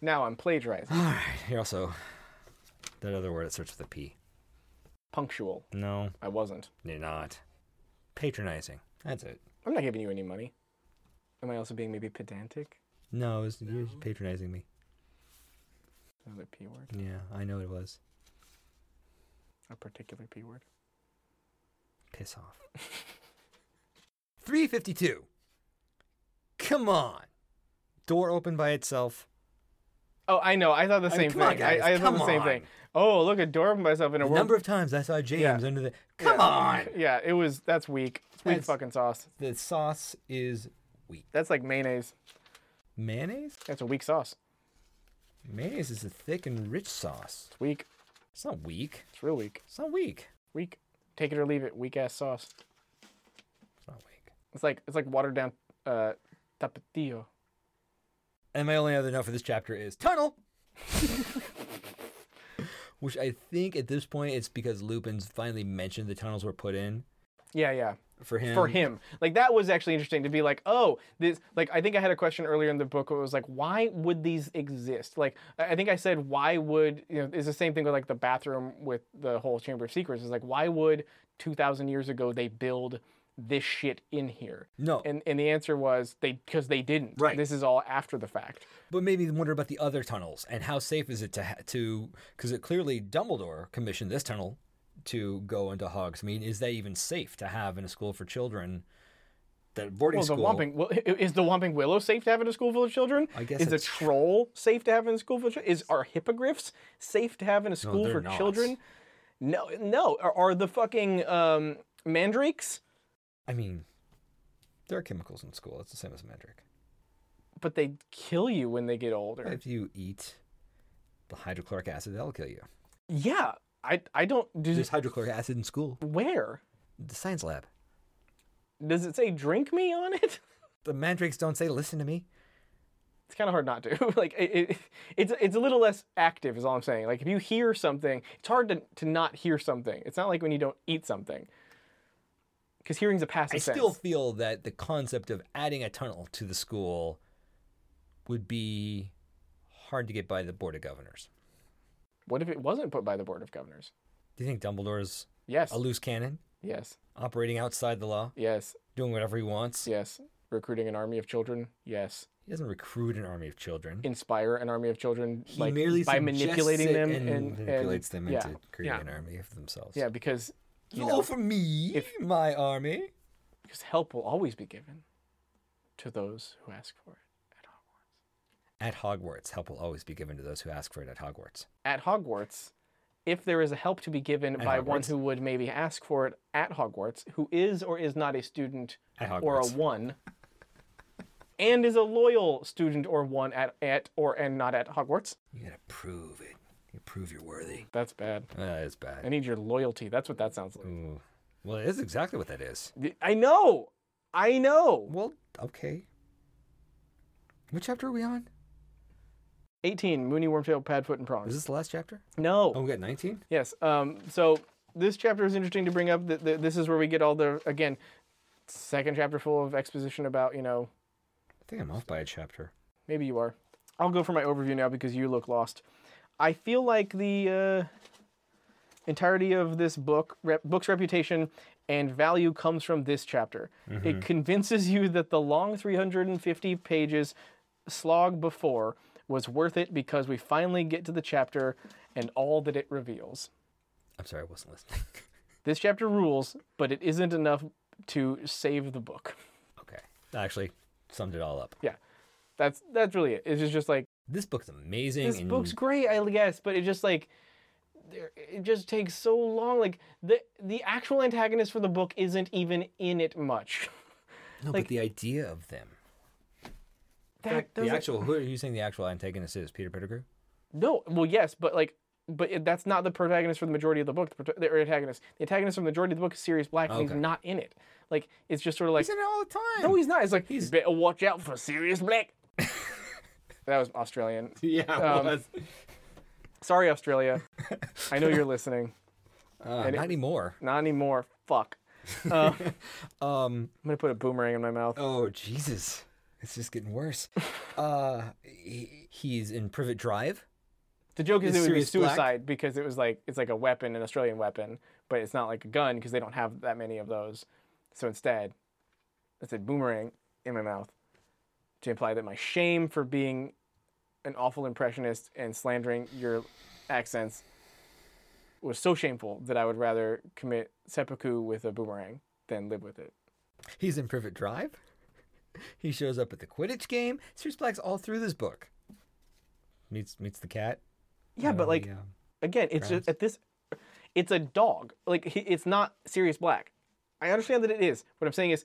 Speaker 1: Now I'm plagiarizing.
Speaker 2: All right. You're also that other word that starts with a P.
Speaker 1: Punctual.
Speaker 2: No,
Speaker 1: I wasn't.
Speaker 2: you're not. Patronizing. That's it.
Speaker 1: I'm not giving you any money. Am I also being maybe pedantic?
Speaker 2: No, it was, you're just patronizing me.
Speaker 1: Another p word.
Speaker 2: Yeah, I know it was.
Speaker 1: A particular p word.
Speaker 2: Piss off. 352. Come on. Door opened by itself.
Speaker 1: Oh, I know. I thought the
Speaker 2: I mean,
Speaker 1: same
Speaker 2: come on,
Speaker 1: thing.
Speaker 2: guys,
Speaker 1: I, I thought
Speaker 2: come
Speaker 1: the same thing.
Speaker 2: on.
Speaker 1: Oh, look, a door opened by itself in a
Speaker 2: The
Speaker 1: world.
Speaker 2: number of times I saw James under the. Come on!
Speaker 1: Yeah, it was. That's weak. It's weak
Speaker 2: That's-
Speaker 1: fucking sauce.
Speaker 2: The sauce is weak.
Speaker 1: That's like mayonnaise.
Speaker 2: Mayonnaise?
Speaker 1: That's a weak sauce.
Speaker 2: Mayonnaise is a thick and rich sauce.
Speaker 1: It's weak.
Speaker 2: It's not weak.
Speaker 1: It's real weak.
Speaker 2: It's not weak.
Speaker 1: Weak. Take it or leave it. Weak ass sauce.
Speaker 2: It's not weak.
Speaker 1: It's like it's like watered down uh, tapatio.
Speaker 2: And my only other note for this chapter is tunnel. Which I think at this point it's because Lupin's finally mentioned the tunnels were put in
Speaker 1: Yeah, yeah.
Speaker 2: for him.
Speaker 1: for him. Like that was actually interesting to be like, oh, this. Like I think I had a question earlier in the book where it was like, why would these exist? Like I I think I said, why would you know? It's the same thing with like the bathroom with the whole Chamber of Secrets. Is like, why would two thousand years ago they build this shit in here?
Speaker 2: No.
Speaker 1: And and the answer was they because they didn't.
Speaker 2: Right.
Speaker 1: This is all after the fact.
Speaker 2: But maybe wonder about the other tunnels and how safe is it to ha- to because it clearly Dumbledore commissioned this tunnel to go into Hogsmeade. Is that even safe to have in a school for children? That boarding
Speaker 1: Well, the
Speaker 2: school.
Speaker 1: Whomping Wil- i- is the Whomping Willow safe to have in a school full of children?
Speaker 2: I guess
Speaker 1: is a
Speaker 2: it's-
Speaker 1: troll safe to have in a school full of children? Is are hippogriffs safe to have in a school
Speaker 2: they're
Speaker 1: for
Speaker 2: not.
Speaker 1: children? No, no. Are, are the fucking um, mandrakes?
Speaker 2: I mean, there are chemicals in school. It's the same as magic.
Speaker 1: But they kill you when they get older.
Speaker 2: If you eat the hydrochloric acid, that'll kill you.
Speaker 1: Yeah, I I don't. Do,
Speaker 2: There's hydrochloric acid in school.
Speaker 1: where
Speaker 2: The science lab.
Speaker 1: does it say "drink me" on it?
Speaker 2: The mandrakes don't say, "Listen to me."
Speaker 1: It's kind of hard not to. like it, it, it's it's a little less active. Is all I'm saying. Like if you hear something, it's hard to to not hear something. It's not like when you don't eat something. Because hearing's a passive
Speaker 2: I
Speaker 1: sense.
Speaker 2: still feel that the concept of adding a tunnel to the school would be hard to get by the board of governors.
Speaker 1: What if it wasn't put by the Board of Governors?
Speaker 2: Do you think Dumbledore's
Speaker 1: Yes.
Speaker 2: a loose cannon,
Speaker 1: yes.
Speaker 2: operating outside the law,
Speaker 1: Yes.
Speaker 2: doing whatever he wants?
Speaker 1: Yes. Recruiting an army of children? Yes.
Speaker 2: He doesn't recruit an army of children.
Speaker 1: Inspire an army of children like,
Speaker 2: merely
Speaker 1: by
Speaker 2: suggests
Speaker 1: manipulating
Speaker 2: it
Speaker 1: them and,
Speaker 2: and,
Speaker 1: and-
Speaker 2: manipulates them
Speaker 1: yeah.
Speaker 2: into creating
Speaker 1: yeah.
Speaker 2: an army of themselves.
Speaker 1: Yeah, because
Speaker 2: It's
Speaker 1: you
Speaker 2: all
Speaker 1: know,
Speaker 2: for me, my army.
Speaker 1: because help will always be given to those who ask for it at Hogwarts.
Speaker 2: At Hogwarts, help will always be given to those who ask for it at Hogwarts.
Speaker 1: At Hogwarts, if there is a help to be given by one
Speaker 2: Hogwarts.
Speaker 1: who would maybe ask for it at Hogwarts, who is or is not a student
Speaker 2: At
Speaker 1: or a
Speaker 2: Hogwarts.
Speaker 1: one, and is a loyal student or one at, at or and not at Hogwarts,
Speaker 2: You gotta prove it. You prove you're worthy.
Speaker 1: That's bad.
Speaker 2: That is
Speaker 1: I
Speaker 2: bad.
Speaker 1: need your loyalty. That's what that sounds like.
Speaker 2: Ooh. Well, it is exactly what that is.
Speaker 1: I know. I know.
Speaker 2: Well, okay. What chapter are we on?
Speaker 1: 18. Mooney, Wormtail, Padfoot, and
Speaker 2: Is
Speaker 1: Prongs.
Speaker 2: this the last chapter?
Speaker 1: No.
Speaker 2: Oh, we got 19?
Speaker 1: Yes. Um, so this chapter is interesting to bring up. Th- th- This is where we get all the, again, second chapter full of exposition about, you know,
Speaker 2: I think I'm off by a chapter.
Speaker 1: Maybe you are. I'll go for my overview now because you look lost. I feel like the uh, entirety of this book, rep, book's reputation and value comes from this chapter. It convinces you that the long 350 pages slog before was worth it because we finally get to the chapter and all that it reveals.
Speaker 2: I'm sorry, I wasn't listening.
Speaker 1: This chapter rules, but it isn't enough to save the book.
Speaker 2: okay. That actually summed it all up.
Speaker 1: Yeah. That's that's really it. It's just- just like
Speaker 2: This book's amazing.
Speaker 1: This
Speaker 2: and
Speaker 1: book's great, I guess, but it just like there- it just takes so long. Like the the actual antagonist for the book isn't even in it much.
Speaker 2: No, but the idea of them.
Speaker 1: That
Speaker 2: The
Speaker 1: doesn't.
Speaker 2: actual, who are you saying the actual antagonist is? Peter Pettigrew?
Speaker 1: no, well, yes, but like, but it, that's not the protagonist for the majority of the book. The, prota- the antagonist, the antagonist for the majority of the book is Sirius Black, and
Speaker 2: Okay.
Speaker 1: he's not in it. Like it's just sort of like
Speaker 2: in it all the time.
Speaker 1: no, he's not. It's like he's better watch out for Sirius Black. that was Australian.
Speaker 2: yeah,
Speaker 1: Um, was. Sorry, Australia. I know you're listening.
Speaker 2: uh, not anymore.
Speaker 1: Not anymore. Fuck. Uh, I'm
Speaker 2: Um,
Speaker 1: gonna put a boomerang in my mouth.
Speaker 2: oh, Jesus. It's just getting worse. uh, he, he's in Privet Drive.
Speaker 1: The joke is,
Speaker 2: Is
Speaker 1: it would
Speaker 2: Sirius
Speaker 1: be
Speaker 2: Black?
Speaker 1: suicide because it was like it's like a weapon, an Australian weapon, but it's not like a gun because they don't have that many of those. So instead, I said boomerang in my mouth to imply that my shame for being an awful impressionist and slandering your accents was so shameful that I would rather commit seppuku with a boomerang than live with it.
Speaker 2: He's in Privet Drive. He shows up at the Quidditch game. Sirius Black's all through this book. Meets meets the cat.
Speaker 1: Yeah, but
Speaker 2: Oh,
Speaker 1: like
Speaker 2: yeah.
Speaker 1: again, it's just at this, it's a dog. Like he- it's not Sirius Black. I understand that it is. What I'm saying is,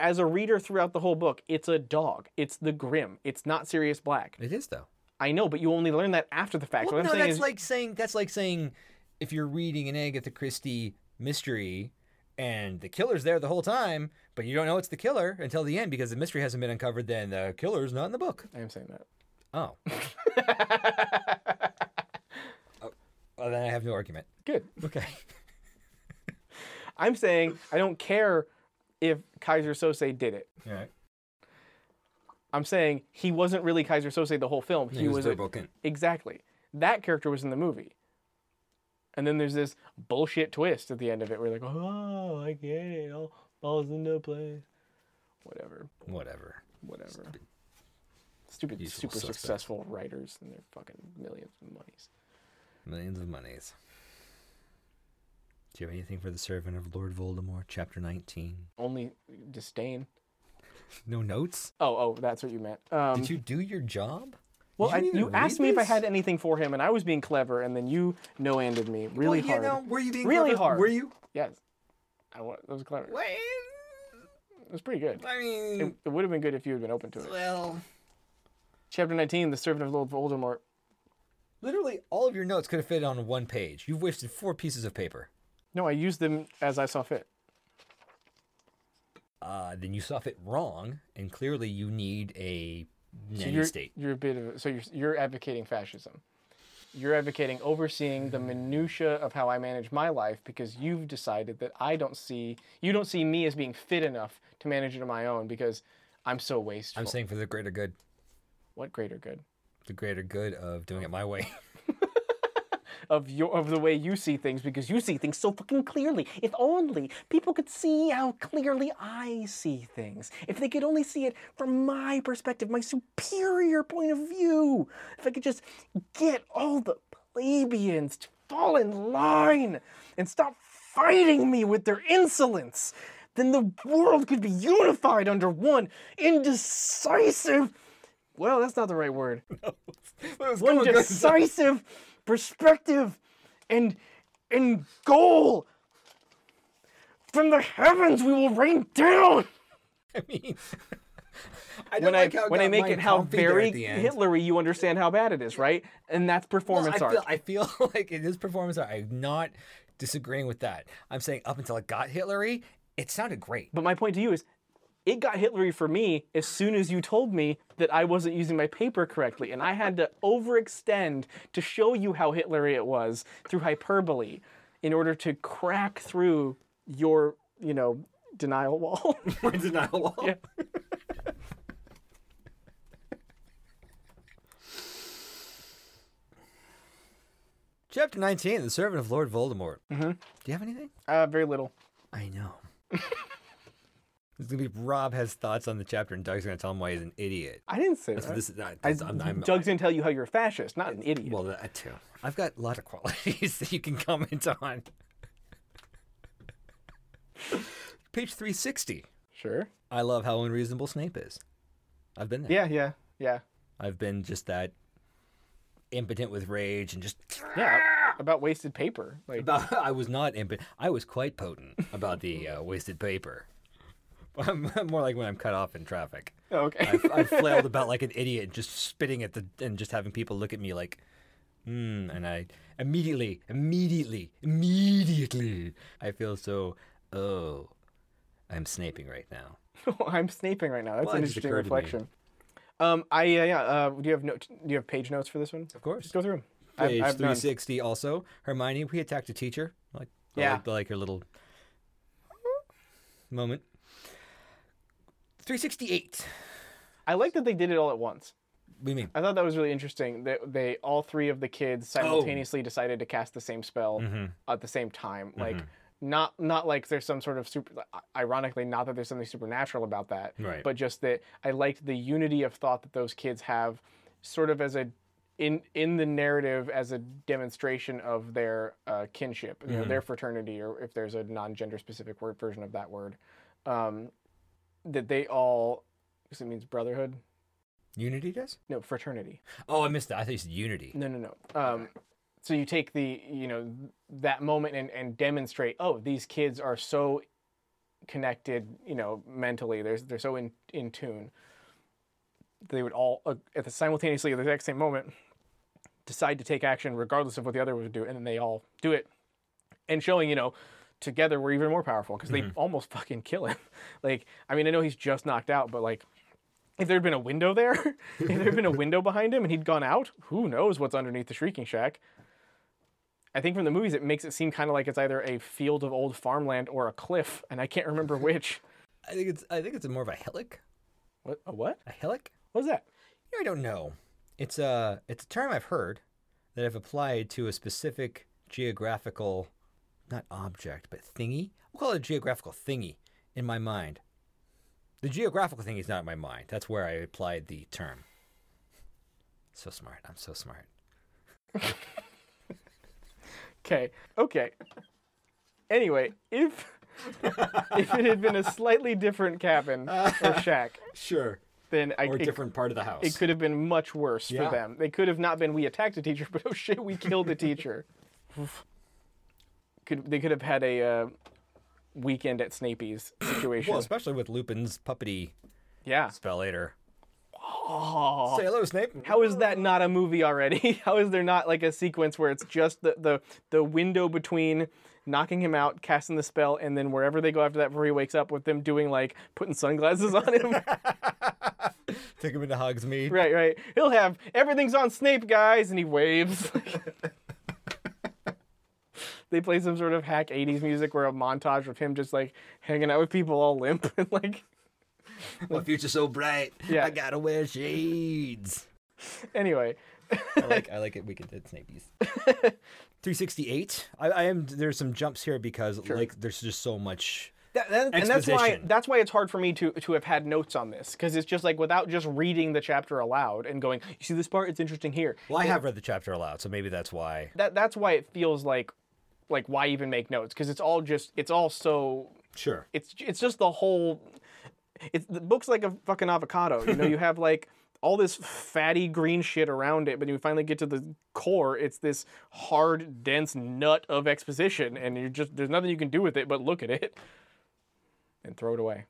Speaker 1: as a reader throughout the whole book, it's a dog. It's the Grim. It's not Sirius Black.
Speaker 2: it is though.
Speaker 1: I know, but you only learn that after the fact.
Speaker 2: Well,
Speaker 1: what I'm
Speaker 2: no,
Speaker 1: saying
Speaker 2: that's
Speaker 1: is,
Speaker 2: like saying that's like saying if you're reading an Agatha Christie mystery and the killer's there the whole time, but you don't know it's the killer until the end because the mystery hasn't been uncovered. Then the killer's not in the book.
Speaker 1: I am saying that.
Speaker 2: Oh. Oh, well, then I have no argument.
Speaker 1: Good.
Speaker 2: Okay.
Speaker 1: I'm saying I don't care if Kaiser Sose did it.
Speaker 2: All right.
Speaker 1: I'm saying he wasn't really Kaiser Sose the whole film.
Speaker 2: He, was,
Speaker 1: a-
Speaker 2: Verboten.
Speaker 1: Exactly. That character was in the movie. And then there's this bullshit twist at the end of it where you're like, oh, I get it. It all falls into place. Whatever.
Speaker 2: Whatever.
Speaker 1: Whatever. Stupid, super
Speaker 2: suspects.
Speaker 1: successful writers and their fucking millions of monies.
Speaker 2: Millions of monies. Do you have anything for the servant of Lord Voldemort, chapter 19?
Speaker 1: Only disdain.
Speaker 2: No notes?
Speaker 1: Oh, oh, that's what you meant. Um,
Speaker 2: Did you do your job?
Speaker 1: well,
Speaker 2: you
Speaker 1: I,
Speaker 2: even
Speaker 1: you
Speaker 2: read
Speaker 1: asked me if I
Speaker 2: this?
Speaker 1: had anything for him, and I was being clever, and then you no-handed me really
Speaker 2: well, you
Speaker 1: hard.
Speaker 2: know, were you being
Speaker 1: Really
Speaker 2: clever?
Speaker 1: hard.
Speaker 2: Were you?
Speaker 1: Yes, I was. That was clever.
Speaker 2: Well,
Speaker 1: It was pretty good.
Speaker 2: I
Speaker 1: It,
Speaker 2: mean,
Speaker 1: it would have been good if you had been open to it.
Speaker 2: well,
Speaker 1: Chapter 19, The Servant of Lord Voldemort.
Speaker 2: literally all of your notes could have fit on one page. You've wasted four pieces of paper.
Speaker 1: No, I used them as I saw fit.
Speaker 2: Uh, then you saw it wrong, and clearly you need a
Speaker 1: So
Speaker 2: nanny
Speaker 1: you're,
Speaker 2: state.
Speaker 1: you're a bit of a, so you're you're advocating fascism. You're advocating overseeing the minutia of how I manage my life because you've decided that I don't see you don't see me as being fit enough to manage it on my own because I'm so wasteful.
Speaker 2: I'm saying for the greater good,
Speaker 1: what greater good
Speaker 2: the greater good of doing it my way.
Speaker 1: of your of the way you see things because you see things so fucking clearly. If only people could see how clearly I see things. If they could only see it from my perspective, my superior point of view. If I could just get all the plebeians to fall in line and stop fighting me with their insolence, then the world could be unified under one indecisive. Well, that's not the right word one decisive perspective and and goal from the heavens we will rain down
Speaker 2: I mean, I don't
Speaker 1: when i
Speaker 2: like how
Speaker 1: when i
Speaker 2: got
Speaker 1: make
Speaker 2: Mein
Speaker 1: it how
Speaker 2: Kampf either
Speaker 1: very
Speaker 2: at the end.
Speaker 1: hitlery you understand how bad it is right and that's performance
Speaker 2: I
Speaker 1: art
Speaker 2: feel, I feel like it is performance art. I'm not disagreeing with that. I'm saying up until it got Hitlery, it sounded great.
Speaker 1: but my point to you is it got hitlery for me as soon as you told me that i wasn't using my paper correctly and i had to overextend to show you how hitlery it was through hyperbole in order to crack through your you know denial wall
Speaker 2: My denial wall.
Speaker 1: Yeah.
Speaker 2: Chapter 19, The Servant of Lord Voldemort. Mm-hmm. Do you have anything?
Speaker 1: Uh, very little.
Speaker 2: I know. It's gonna be Rob has thoughts on the chapter, and Doug's gonna tell him why he's an idiot.
Speaker 1: I didn't say
Speaker 2: So
Speaker 1: that.
Speaker 2: this is not. This, I'm, I'm,
Speaker 1: Doug's gonna tell you how you're a fascist, not an idiot.
Speaker 2: well, that too. I've got a lot of qualities that you can comment on. Page 360.
Speaker 1: sure.
Speaker 2: I love how unreasonable Snape is. I've been there.
Speaker 1: Yeah, yeah, yeah,
Speaker 2: I've been just that impotent with rage and just.
Speaker 1: yeah. About wasted paper. Like,
Speaker 2: About, I was not impotent. I was quite potent about the uh, wasted paper. I'm more like when I'm cut off in traffic.
Speaker 1: oh, okay.
Speaker 2: I, I flailed about like an idiot, and just spitting at the and just having people look at me like, hmm. And I immediately, immediately, immediately, I feel so. Oh, I'm snaping right now.
Speaker 1: I'm snaping right now. That's
Speaker 2: Well,
Speaker 1: an
Speaker 2: it just
Speaker 1: interesting
Speaker 2: occurred to me.
Speaker 1: reflection. Um, I uh, yeah. Uh, do you have note? Do you have page notes for this one?
Speaker 2: Of course.
Speaker 1: Just go through them.
Speaker 2: Page
Speaker 1: I, I've none.
Speaker 2: 360 also. Hermione, we attacked a teacher. Like,
Speaker 1: Yeah.
Speaker 2: I like, I like her little moment. 368.
Speaker 1: I like that they did it all at once.
Speaker 2: What do you mean?
Speaker 1: I thought that was really interesting. That they all three of the kids simultaneously decided to cast the same spell at the same time. Like not not like there's some sort of super. Ironically, not that there's something supernatural about that.
Speaker 2: Right.
Speaker 1: But just that I liked the unity of thought that those kids have, sort of as a in in the narrative as a demonstration of their uh, kinship, you know, their fraternity, or if there's a non-gender specific word version of that word, um, that they all. Because it means brotherhood.
Speaker 2: Unity does?
Speaker 1: No, fraternity.
Speaker 2: Oh, I missed that. I thought you said unity.
Speaker 1: No, no, no. Um, so you take the you know that moment and, and demonstrate. Oh, these kids are so connected. You know, mentally, they're they're so in in tune. They would all uh, at the simultaneously at the exact same moment decide to take action regardless of what the other would do, and then they all do it, and showing you know together we're even more powerful because they almost fucking kill him. like, I mean, I know he's just knocked out, but like if there'd been a window there, if there'd been a window behind him and he'd gone out, who knows what's underneath the Shrieking Shack. I think from the movies, it makes it seem kind of like it's either a field of old farmland or a cliff, and I can't remember which.
Speaker 2: I think it's I think it's more of a hillock.
Speaker 1: What? A what?
Speaker 2: A hillock?
Speaker 1: What was that?
Speaker 2: You know, I don't know. It's a it's a term I've heard that I've applied to a specific geographical, not object, but thingy. We'll call it a geographical thingy in my mind. The geographical thing is not in my mind. That's where I applied the term. So smart. I'm so smart.
Speaker 1: Okay. Okay. Anyway, if if it had been a slightly different cabin or shack,
Speaker 2: Sure.
Speaker 1: then I
Speaker 2: Or a
Speaker 1: it,
Speaker 2: different part of the house.
Speaker 1: it could have been much worse
Speaker 2: Yeah.
Speaker 1: for them. They could have not been we attacked a teacher, but oh shit, we killed a teacher. Oof. could they could have had a uh, weekend at Snape's situation?
Speaker 2: well, especially with Lupin's puppety
Speaker 1: yeah.
Speaker 2: spell later. Say hello, Snape.
Speaker 1: How is that not a movie already? How is there not like a sequence where it's just the, the the window between knocking him out, casting the spell, and then wherever they go after that before he wakes up with them doing like putting sunglasses on him?
Speaker 2: Take him into Hogsmeade.
Speaker 1: right, right. He'll have everything's on Snape, guys, and he waves. they play some sort of hack 80s music where a montage of him just like hanging out with people all limp and like
Speaker 2: My future's so bright.
Speaker 1: Yeah.
Speaker 2: I gotta wear shades.
Speaker 1: anyway.
Speaker 2: I like I like it. We can it's Snape's. 368. I, I am. There's some jumps here because like there's just so much.
Speaker 1: That- that- and that's why
Speaker 2: Exposition.
Speaker 1: that's why it's hard for me to to have had notes on this because it's just like without just reading the chapter aloud and going, you see this part, it's interesting here.
Speaker 2: Well, I have read the chapter aloud, so maybe that's why.
Speaker 1: That that's why it feels like like why even make notes because it's all just it's all so
Speaker 2: Sure.
Speaker 1: it's it's just the whole it's the book's like a fucking avocado you know you have like all this fatty green shit around it but when you finally get to the core it's this hard dense nut of exposition and you're just there's nothing you can do with it but look at it and throw it away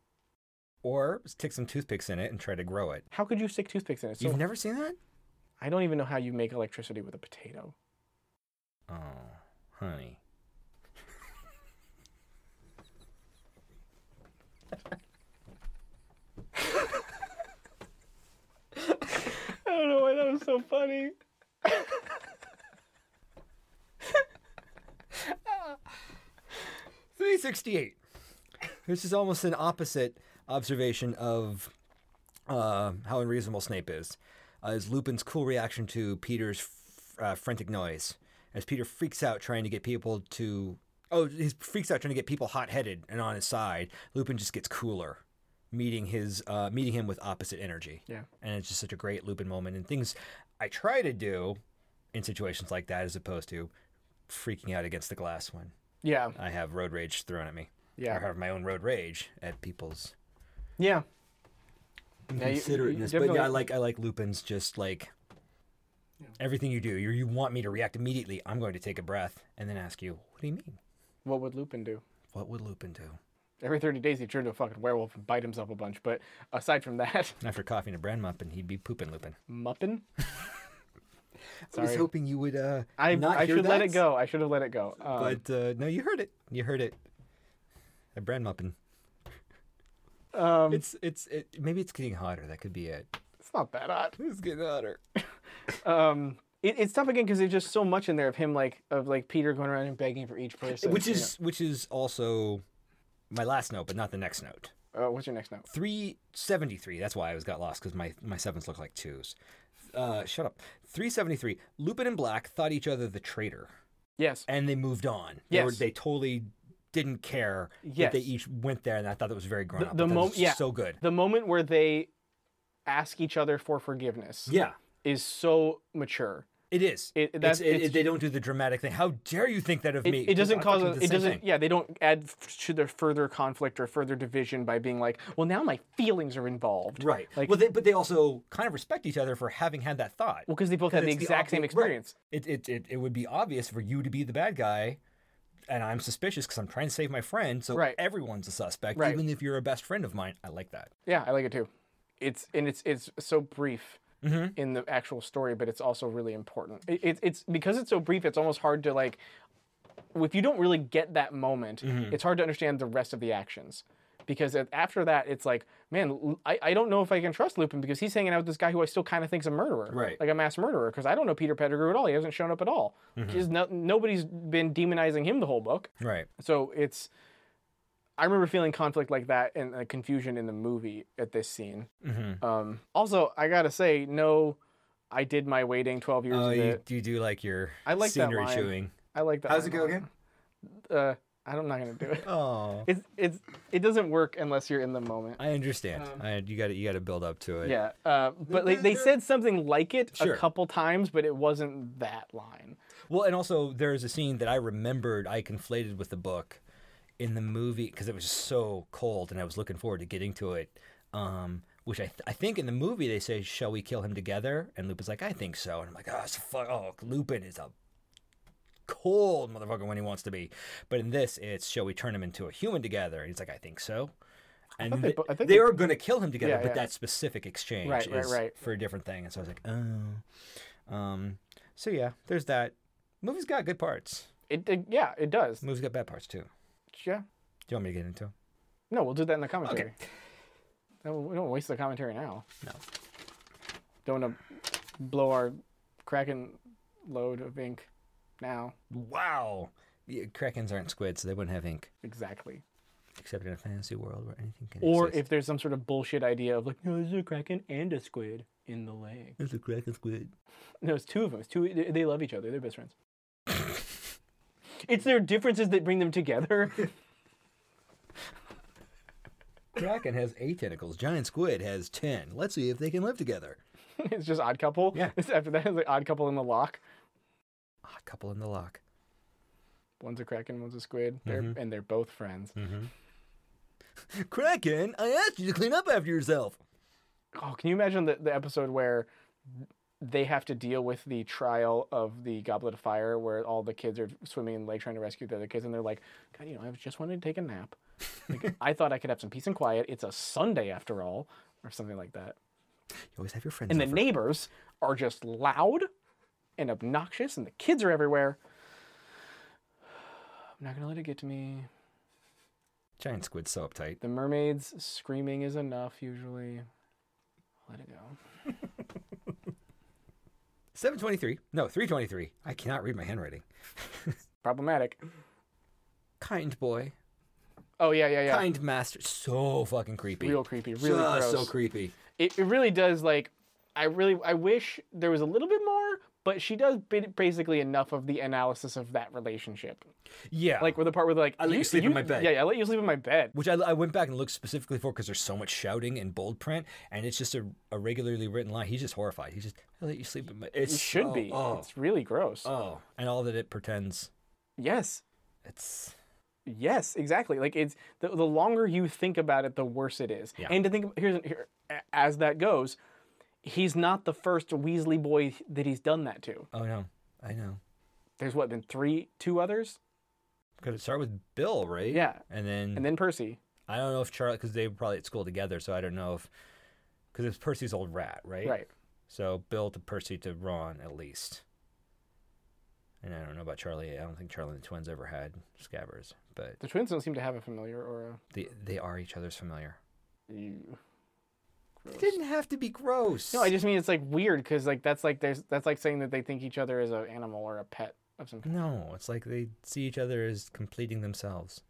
Speaker 2: Or stick some toothpicks in it and try to grow it.
Speaker 1: how could you stick toothpicks in it so
Speaker 2: You've never seen that?
Speaker 1: i don't even know how you make electricity with a potato
Speaker 2: Oh, honey.
Speaker 1: i don't know why that was so funny
Speaker 2: Three sixty-eight. This is almost an opposite observation of uh, how unreasonable Snape is. Uh, is Lupin's cool reaction to Peter's f- uh, frantic noise as Peter freaks out trying to get people to oh he freaks out trying to get people hot-headed and on his side. Lupin just gets cooler, meeting his uh, meeting him with opposite energy.
Speaker 1: Yeah.
Speaker 2: and it's just such a great Lupin moment and things I try to do in situations like that as opposed to freaking out against the glass one.
Speaker 1: yeah
Speaker 2: I have road rage thrown at me.
Speaker 1: Yeah.
Speaker 2: Or have my own road rage at people's
Speaker 1: yeah you-
Speaker 2: inconsiderateness.
Speaker 1: you
Speaker 2: but yeah, I
Speaker 1: definitely-
Speaker 2: like I like Lupin's just like everything you do. You you want me to react immediately. I'm going to take a breath and then ask you, what do you mean?
Speaker 1: what would lupin do
Speaker 2: What would Lupin do
Speaker 1: every 30 days he'd turn into a fucking werewolf and bite himself a bunch but aside from that
Speaker 2: after coughing a bran muffin? He'd be pooping Lupin.
Speaker 1: Muppin?
Speaker 2: I was
Speaker 1: Sorry.
Speaker 2: hoping you would uh,
Speaker 1: I,
Speaker 2: not
Speaker 1: I
Speaker 2: hear
Speaker 1: should let
Speaker 2: that,
Speaker 1: it go. I should have let it go. Um,
Speaker 2: But uh, no, you heard it. You heard it. A bran muffin.
Speaker 1: um,
Speaker 2: It's it's it, maybe it's getting hotter. That could be it.
Speaker 1: it's not that odd.
Speaker 2: It's getting hotter.
Speaker 1: Um, it, it's tough again because there's just so much in there of him, like of like Peter going around and begging for each person.
Speaker 2: which
Speaker 1: you
Speaker 2: is which is also my last note, but not the next note.
Speaker 1: know. Uh, what's your next note?
Speaker 2: Three seventy three. That's why I was got lost because my my sevens look like twos. Uh, shut up. Three seventy three. Lupin and Black thought each other the traitor,
Speaker 1: Yes.
Speaker 2: and they moved on. They,
Speaker 1: Yes.
Speaker 2: they totally didn't care that
Speaker 1: Yes.
Speaker 2: they each went there, and I thought that was very grown up.
Speaker 1: the
Speaker 2: I thought it was
Speaker 1: mo- yeah.
Speaker 2: so good.
Speaker 1: The moment where they ask each other for forgiveness
Speaker 2: Yeah,
Speaker 1: is so mature.
Speaker 2: it is.
Speaker 1: It-
Speaker 2: It's-
Speaker 1: that's-
Speaker 2: it-
Speaker 1: it's-
Speaker 2: they don't do the dramatic thing. How dare you think that of me?
Speaker 1: It doesn't
Speaker 2: I
Speaker 1: cause
Speaker 2: fucking
Speaker 1: a,
Speaker 2: did the
Speaker 1: it
Speaker 2: same
Speaker 1: doesn't
Speaker 2: thing.
Speaker 1: yeah they don't add f- to their further conflict or further division by being like well now my feelings are involved
Speaker 2: Right.
Speaker 1: like
Speaker 2: well, they, but they also kind of respect each other for having had that thought.
Speaker 1: because they both had the
Speaker 2: it's the
Speaker 1: exact same
Speaker 2: opposite- right.
Speaker 1: experience
Speaker 2: it, it, it, it would be obvious for you to be the bad guy and i'm suspicious because i'm trying to save my friend so
Speaker 1: Right.
Speaker 2: everyone's a suspect
Speaker 1: Right.
Speaker 2: even if you're a best friend of mine i like that
Speaker 1: Yeah, I like it too. It's and it's it's so brief in the actual story, but it's also really important. It, it's it's because it's so brief, it's almost hard to like. If you don't really get that moment, it's hard to understand the rest of the actions. Because a- after that, it's like, man, L- I, I don't know if I can trust Lupin because he's hanging out with this guy who I still kind of think's a murderer,
Speaker 2: Right.
Speaker 1: Like a mass murderer. Because I don't know Peter Pettigrew at all. He hasn't shown up at all. Just no, nobody's been demonizing him the whole book.
Speaker 2: right
Speaker 1: So it's I remember feeling conflict like that and uh, confusion in the movie at this scene.
Speaker 2: Mm-hmm.
Speaker 1: Um, also, I gotta say, no, I did my waiting twelve years.
Speaker 2: Oh,
Speaker 1: of
Speaker 2: you,
Speaker 1: it.
Speaker 2: you do like your
Speaker 1: I like that
Speaker 2: scenery
Speaker 1: line.
Speaker 2: chewing.
Speaker 1: I like that.
Speaker 3: How's it
Speaker 1: line a
Speaker 3: go
Speaker 1: lot.
Speaker 3: again?
Speaker 1: Uh, I'm not gonna do it.
Speaker 2: Oh,
Speaker 1: It's it's it doesn't work unless you're in the moment.
Speaker 2: I understand.
Speaker 1: Um,
Speaker 2: I, you got to you got to build up to it.
Speaker 1: Yeah, uh, but like, they said something like it
Speaker 2: Sure.
Speaker 1: a couple times, but it wasn't that line.
Speaker 2: Well, and also there's a scene that I remembered I conflated with the book in the movie because it was just so cold and I was looking forward to getting to it. Um, which I, th- I think in the movie they say, "Shall we kill him together?" And Lupin's like, "I think so." And I'm like, "Oh, it's fuck! Oh, Lupin is a cold motherfucker when he wants to be." But in this, it's, "Shall we turn him into a human together?" And he's like, "I think so." And
Speaker 1: they
Speaker 2: th-
Speaker 1: bo- I
Speaker 2: they,
Speaker 1: think they-
Speaker 2: are going to kill him together,
Speaker 1: Yeah,
Speaker 2: but
Speaker 1: yeah.
Speaker 2: that specific exchange
Speaker 1: Right, right,
Speaker 2: is
Speaker 1: right.
Speaker 2: for a different thing. And so I was like, "Oh." Um, so yeah, there's that. Movie's got good parts.
Speaker 1: It, it yeah, it does.
Speaker 2: Movie's got bad parts too. Do
Speaker 1: Yeah.
Speaker 2: you want me to get into? 'em?
Speaker 1: No, we'll do that in the commentary. No, We don't waste the commentary now.
Speaker 2: No.
Speaker 1: Don't want to blow our Kraken load of ink now.
Speaker 2: Wow. Yeah, Krakens aren't squids, so they wouldn't have ink,
Speaker 1: Exactly.
Speaker 2: except in a fantasy world where anything can.
Speaker 1: Or
Speaker 2: exist.
Speaker 1: if there's some sort of bullshit idea of like, no, there's a Kraken and a squid in the lake.
Speaker 2: there's a Kraken squid.
Speaker 1: No, it's two of them. It's two. they- They love each other. They're best friends. it's their differences that bring them together.
Speaker 2: Kraken has eight tentacles. Giant squid has ten. Let's see if they can live together.
Speaker 1: it's just odd couple.
Speaker 2: Yeah.
Speaker 1: It's after that, it's like odd couple in the lock.
Speaker 2: Ah, couple in the lock.
Speaker 1: One's a Kraken, one's a squid. They're,
Speaker 2: Mm-hmm.
Speaker 1: And they're both friends.
Speaker 2: Kraken, I asked you to clean up after yourself.
Speaker 1: Oh, can you imagine the, the episode where they have to deal with the trial of the Goblet of Fire, where all the kids are swimming in the lake trying to rescue the other kids, and they're like, God, you know, I was just wanted to take a nap. Like, I thought I could have some peace and quiet. It's a Sunday after all, or something like that.
Speaker 2: You always have your friends.
Speaker 1: And the
Speaker 2: over.
Speaker 1: neighbors are just loud and obnoxious, and the kids are everywhere. I'm not gonna let it get to me.
Speaker 2: Giant squid's so uptight.
Speaker 1: The mermaids screaming is enough usually. Let it go.
Speaker 2: Seven twenty-three. No, three twenty-three. I cannot read my handwriting.
Speaker 1: Problematic.
Speaker 2: Kind boy.
Speaker 1: Oh yeah, yeah, yeah.
Speaker 2: Kind master. So fucking creepy.
Speaker 1: real creepy, really
Speaker 2: Just
Speaker 1: gross.
Speaker 2: so creepy.
Speaker 1: it, it really does like I really I wish there was a little bit more, but she does ba- basically enough of the analysis of that relationship.
Speaker 2: Yeah.
Speaker 1: Like with the part where like I
Speaker 2: Oh. let you sleep in my bed."
Speaker 1: Yeah, yeah, I let you sleep in my bed.
Speaker 2: which I, I went back and looked specifically for because there's so much shouting and bold print, and it's just a, a regularly written line. He's just horrified. He just I let you sleep. In my, it's
Speaker 1: It should
Speaker 2: so-
Speaker 1: be.
Speaker 2: Oh,
Speaker 1: It's really gross.
Speaker 2: oh, and all that it pretends.
Speaker 1: yes.
Speaker 2: It's
Speaker 1: Yes, exactly. Like it's the, the longer you think about it, the worse it is.
Speaker 2: Yeah.
Speaker 1: And to think here's here a- as that goes, he's not the first Weasley boy that he's done that to.
Speaker 2: oh no, I know.
Speaker 1: There's what been three, two others,
Speaker 2: Could it start with Bill, right?
Speaker 1: Yeah.
Speaker 2: And then,
Speaker 1: and then Percy.
Speaker 2: I don't know if Charlie because they were probably at school together, so I don't know if because it's Percy's old rat, right?
Speaker 1: Right.
Speaker 2: So Bill to Percy to Ron at least. And I don't know about Charlie. I don't think Charlie and the twins ever had scabbers, but
Speaker 1: The twins don't seem to have a familiar or a
Speaker 2: they they are each other's familiar.
Speaker 1: Ew. Gross.
Speaker 2: It didn't have to be gross.
Speaker 1: No, I just mean it's like weird because like that's like there's that's like saying that they think each other is an animal or a pet of some kind.
Speaker 2: No, it's like they see each other as completing themselves.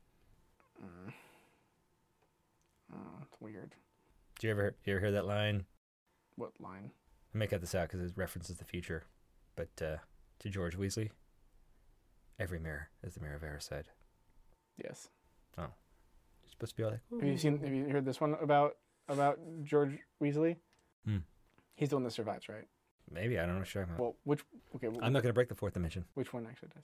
Speaker 1: Oh, Mm. it's weird.
Speaker 2: Do you ever you ever hear that line?
Speaker 1: What line?
Speaker 2: I may cut this out because it references the future, but uh, to George Weasley, every mirror is the mirror of Erised.
Speaker 1: Yes.
Speaker 2: You're supposed to be all like,
Speaker 1: Have you seen? Have you heard this one about about George Weasley?
Speaker 2: Hmm.
Speaker 1: He's the one that survives, right?
Speaker 2: maybe I don't know what you're talking about.
Speaker 1: Well, which okay, wh-
Speaker 2: I'm not gonna break the fourth dimension.
Speaker 1: which one actually dies?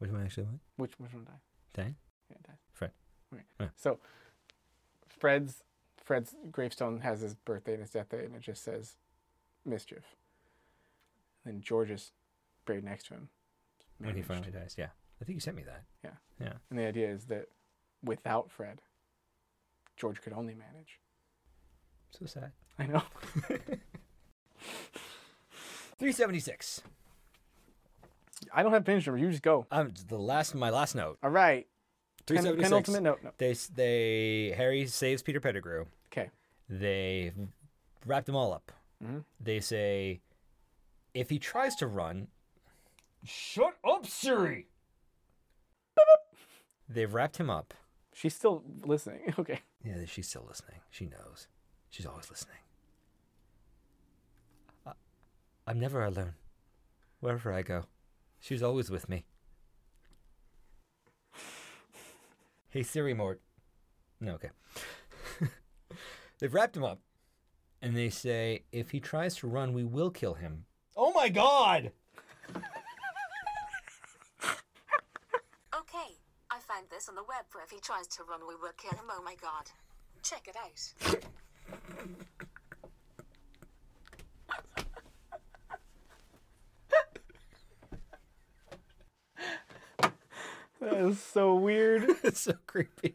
Speaker 2: Which one actually went?
Speaker 1: Which which one dies?
Speaker 2: Dang.
Speaker 1: Yeah, it dies.
Speaker 2: Fred.
Speaker 1: Okay.
Speaker 2: Yeah.
Speaker 1: So, Fred's Fred's gravestone has his birthday and his death date, and it just says mischief. And then George is buried next to him.
Speaker 2: When he
Speaker 1: Managed.
Speaker 2: finally dies. Yeah, I think you sent me that.
Speaker 1: Yeah.
Speaker 2: Yeah.
Speaker 1: And the idea is that without Fred, George could only manage.
Speaker 2: So sad.
Speaker 1: I know.
Speaker 2: Three seventy six.
Speaker 1: I don't have pinch number. You just go.
Speaker 2: Um, the last my last note.
Speaker 1: All right.
Speaker 2: Three
Speaker 1: Pen-
Speaker 2: seventy six.
Speaker 1: Penultimate note. No.
Speaker 2: They s- they Harry saves Peter Pettigrew.
Speaker 1: Okay.
Speaker 2: They wrap them all up. They say, if he tries to run, shut up, Siri. They've wrapped him up.
Speaker 1: She's still listening. Okay.
Speaker 2: Yeah, she's still listening. She knows. She's always listening. I, I'm never alone. Wherever I go, she's always with me. Hey Siri, Mort. No, okay. They've wrapped him up, and they say if he tries to run, we will kill him. Oh my God!
Speaker 3: Okay, I found this on the web where if he tries to run, we will kill him. Oh my god. Check it out.
Speaker 1: That is so weird.
Speaker 2: It's so creepy.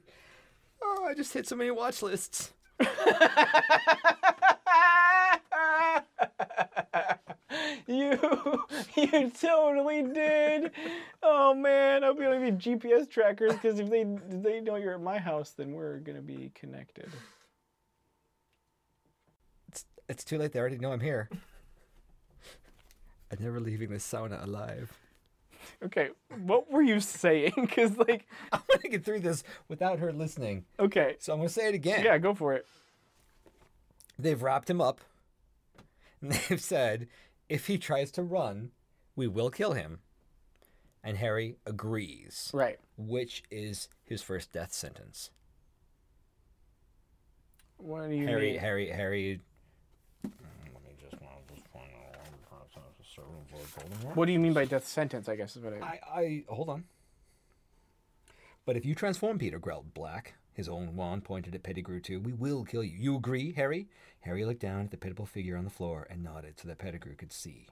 Speaker 2: Oh, I just hit so many watch lists.
Speaker 1: you you totally did. Oh man, I'm gonna be GPS trackers because if they if they know you're at my house, then we're gonna be connected.
Speaker 2: It's, it's too late. They already know I'm here. I'm never leaving this sauna alive.
Speaker 1: Okay, what were you saying? Because like,
Speaker 2: I'm gonna get through this without her listening.
Speaker 1: okay,
Speaker 2: So I'm gonna say it again.
Speaker 1: yeah, go for it.
Speaker 2: They've wrapped him up, and they've said if he tries to run, we will kill him. And Harry agrees,
Speaker 1: Right.
Speaker 2: which is his first death sentence.
Speaker 1: What do you
Speaker 2: Harry,
Speaker 1: mean?
Speaker 2: Harry, Harry.
Speaker 1: What do you mean by death sentence? I guess is what I.
Speaker 2: I, I hold on. But if you transform Peter, growled Black, his own wand pointed at Pettigrew too, we will kill you. You agree, Harry? Harry looked down at the pitiable figure on the floor and nodded so that Pettigrew could see.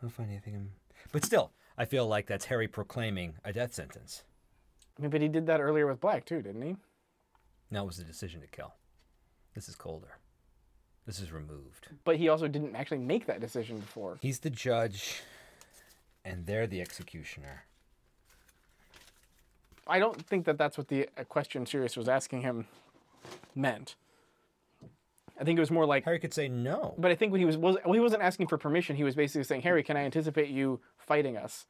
Speaker 2: I don't find anything. I'm... But still, I feel like that's Harry proclaiming a death sentence.
Speaker 1: I mean, but he did that earlier with Black too, didn't he?
Speaker 2: Now was the decision to kill. This is colder. This is removed.
Speaker 1: But he also didn't actually make that decision before.
Speaker 2: He's the judge, and they're the executioner.
Speaker 1: I don't think that that's what the uh, question Sirius was asking him meant. I think it was more like,
Speaker 2: Harry could say no.
Speaker 1: but I think when he was, was well, he wasn't asking for permission. He was basically saying, "Harry, can I anticipate you fighting us,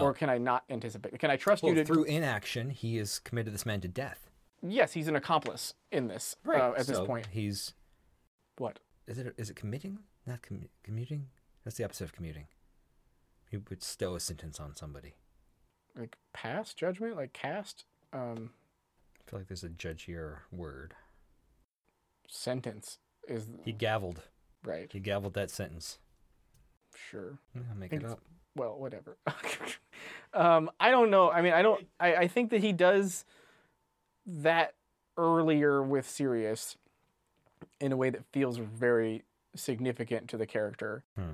Speaker 1: or can I not anticipate? Can I trust you
Speaker 2: Oh. Well,
Speaker 1: to?"
Speaker 2: through inaction, he has committed this man to death.
Speaker 1: yes, he's an accomplice in this uh, at this
Speaker 2: So
Speaker 1: point.
Speaker 2: he's
Speaker 1: What?
Speaker 2: is it is it committing? Not commu- commuting. That's the opposite of commuting. He would stow a sentence on somebody.
Speaker 1: Like past judgment? Like cast? Um,
Speaker 2: I feel like there's a judgier word.
Speaker 1: sentence is
Speaker 2: He gavelled.
Speaker 1: right.
Speaker 2: He gavelled that sentence.
Speaker 1: Sure.
Speaker 2: I'll make
Speaker 1: think
Speaker 2: it
Speaker 1: it's-
Speaker 2: up.
Speaker 1: well, whatever. um, I don't know. I mean, I don't. I, I think that he does that earlier with Sirius in a way that feels very significant to the character,
Speaker 2: Hmm.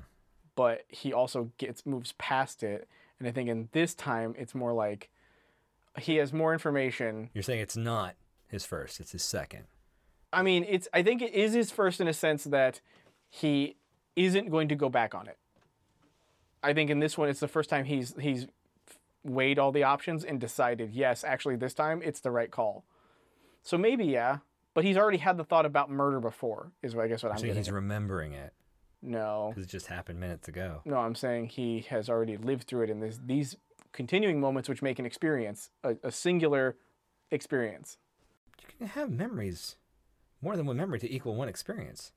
Speaker 1: but he also gets moves past it. And I think in this time, it's more like he has more information.
Speaker 2: You're saying it's not his first. It's his second.
Speaker 1: I mean, it's. I think it is his first in a sense that he isn't going to go back on it. I think in this one, it's the first time he's he's weighed all the options and decided, yes, actually, this time it's the right call. So maybe yeah, but he's already had the thought about murder before. Is what I guess what I'm
Speaker 2: So
Speaker 1: getting.
Speaker 2: he's
Speaker 1: at.
Speaker 2: remembering it
Speaker 1: no,
Speaker 2: because it just happened minutes ago.
Speaker 1: no, I'm saying he has already lived through it in this these continuing moments, which make an experience a, a singular experience.
Speaker 2: You can have memories, more than one memory to equal one experience.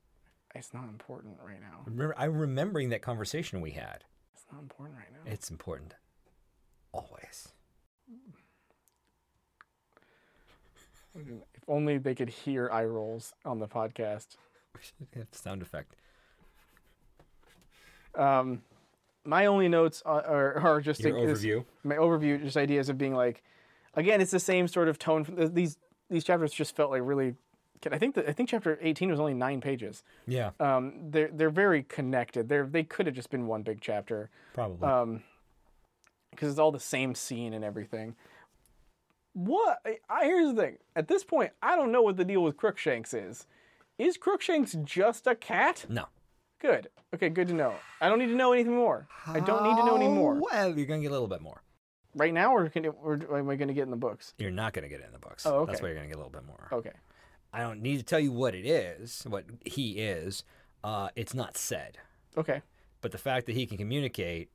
Speaker 1: It's not important right now.
Speaker 2: Remember, I'm remembering that conversation we had.
Speaker 1: It's not important right now.
Speaker 2: It's important. Always.
Speaker 1: If only they could hear eye rolls on the podcast.
Speaker 2: We should have sound effect.
Speaker 1: Um, my only notes are, are, are just
Speaker 2: Your
Speaker 1: is-
Speaker 2: overview.
Speaker 1: my overview, just ideas of being like, again, it's the same sort of tone. From th- these these chapters just felt like really. I think that I think chapter eighteen was only nine pages.
Speaker 2: Yeah,
Speaker 1: Um, they're they're very connected. They're they could have just been one big chapter.
Speaker 2: probably.
Speaker 1: Um, because it's all the same scene and everything. What? I- I, here's the thing. At this point, I don't know what the deal with Crookshanks is. Is Crookshanks just a cat?
Speaker 2: no.
Speaker 1: Good. Okay, good to know. I don't need to know anything more. I don't need to know any more.
Speaker 2: Oh, Well, you're gonna get a little bit more.
Speaker 1: Right now, or, can, or am I going to get in the books?
Speaker 2: You're not gonna get it in the books.
Speaker 1: Oh, okay. Oh.
Speaker 2: That's why you're gonna get a little bit more.
Speaker 1: Okay.
Speaker 2: I don't need to tell you what it is, what he is. Uh, it's not said,
Speaker 1: Okay.
Speaker 2: but the fact that he can communicate,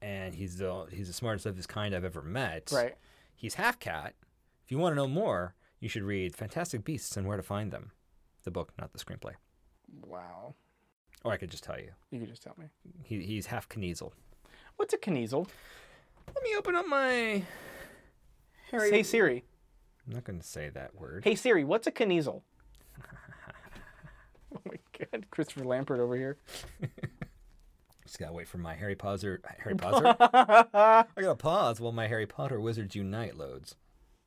Speaker 2: and he's the he's the smartest of his kind I've ever met.
Speaker 1: Right.
Speaker 2: He's half cat, If you want to know more, you should read Fantastic Beasts and Where to Find Them, the book, not the screenplay.
Speaker 1: Wow.
Speaker 2: Or I could just tell you.
Speaker 1: You could just tell me.
Speaker 2: He, he's half Kniezel.
Speaker 1: What's a Kniezel?
Speaker 2: Let me open up my.
Speaker 1: Harry. Hey Siri.
Speaker 2: I'm not going to say that word.
Speaker 1: Hey Siri, what's a Kniezel? oh my god, Christopher Lampert over here.
Speaker 2: Just gotta wait for my Harry Potter. Harry Potter. I gotta pause while my Harry Potter Wizards Unite loads.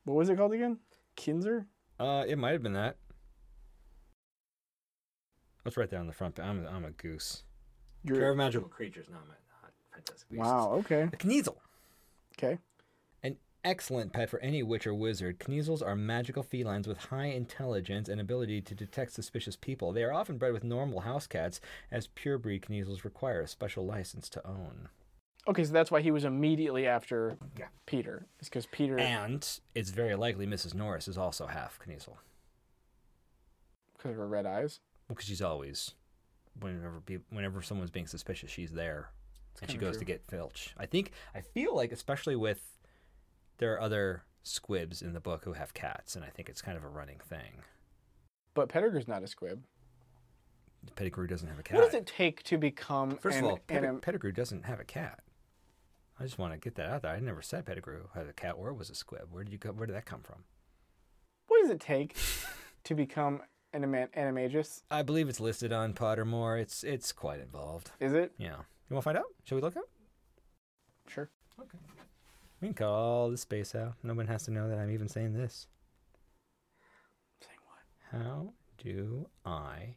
Speaker 1: What was it called again? Kinzer?
Speaker 2: Uh, it might have been that. Let's write that on the front. pa- I'm I'm a goose.
Speaker 1: You're-
Speaker 2: Pair of magical creatures. No, I'm not, not fantastic. Beasts.
Speaker 1: Wow, okay.
Speaker 2: A Kniezel.
Speaker 1: Okay.
Speaker 2: An excellent pet for any witch or wizard, Kniezels are magical felines with high intelligence and ability to detect suspicious people. They are often bred with normal house cats, as purebred Kniezels require a special license to own.
Speaker 1: Okay, so that's why he was immediately after
Speaker 2: Yeah.
Speaker 1: Peter. It's because Peter
Speaker 2: And it's very likely Mrs. Norris is also half Kniezel,
Speaker 1: because of her red eyes.
Speaker 2: because she's always, whenever be, whenever someone's being suspicious, she's there, and she
Speaker 1: kinda
Speaker 2: goes to
Speaker 1: true.
Speaker 2: get Filch. I think I feel like, especially with there are other squibs in the book who have cats, and I think it's kind of a running thing.
Speaker 1: But Pettigrew's not a squib.
Speaker 2: Pettigrew doesn't have a cat.
Speaker 1: What does it take to become
Speaker 2: First
Speaker 1: an,
Speaker 2: of all, Pedi-
Speaker 1: an-
Speaker 2: Pettigrew doesn't have a cat. I just want to get that out there. I never said Pettigrew had a cat or was a squib. Where did you go? Where did that come from?
Speaker 1: what does it take to become an ama- animagus?
Speaker 2: I believe it's listed on Pottermore. It's it's quite involved.
Speaker 1: Is it?
Speaker 2: Yeah. You want to find out? Shall we look up?
Speaker 1: Sure.
Speaker 2: We can cut all the space out. No one has to know that I'm even saying this.
Speaker 1: Saying what?
Speaker 2: How do I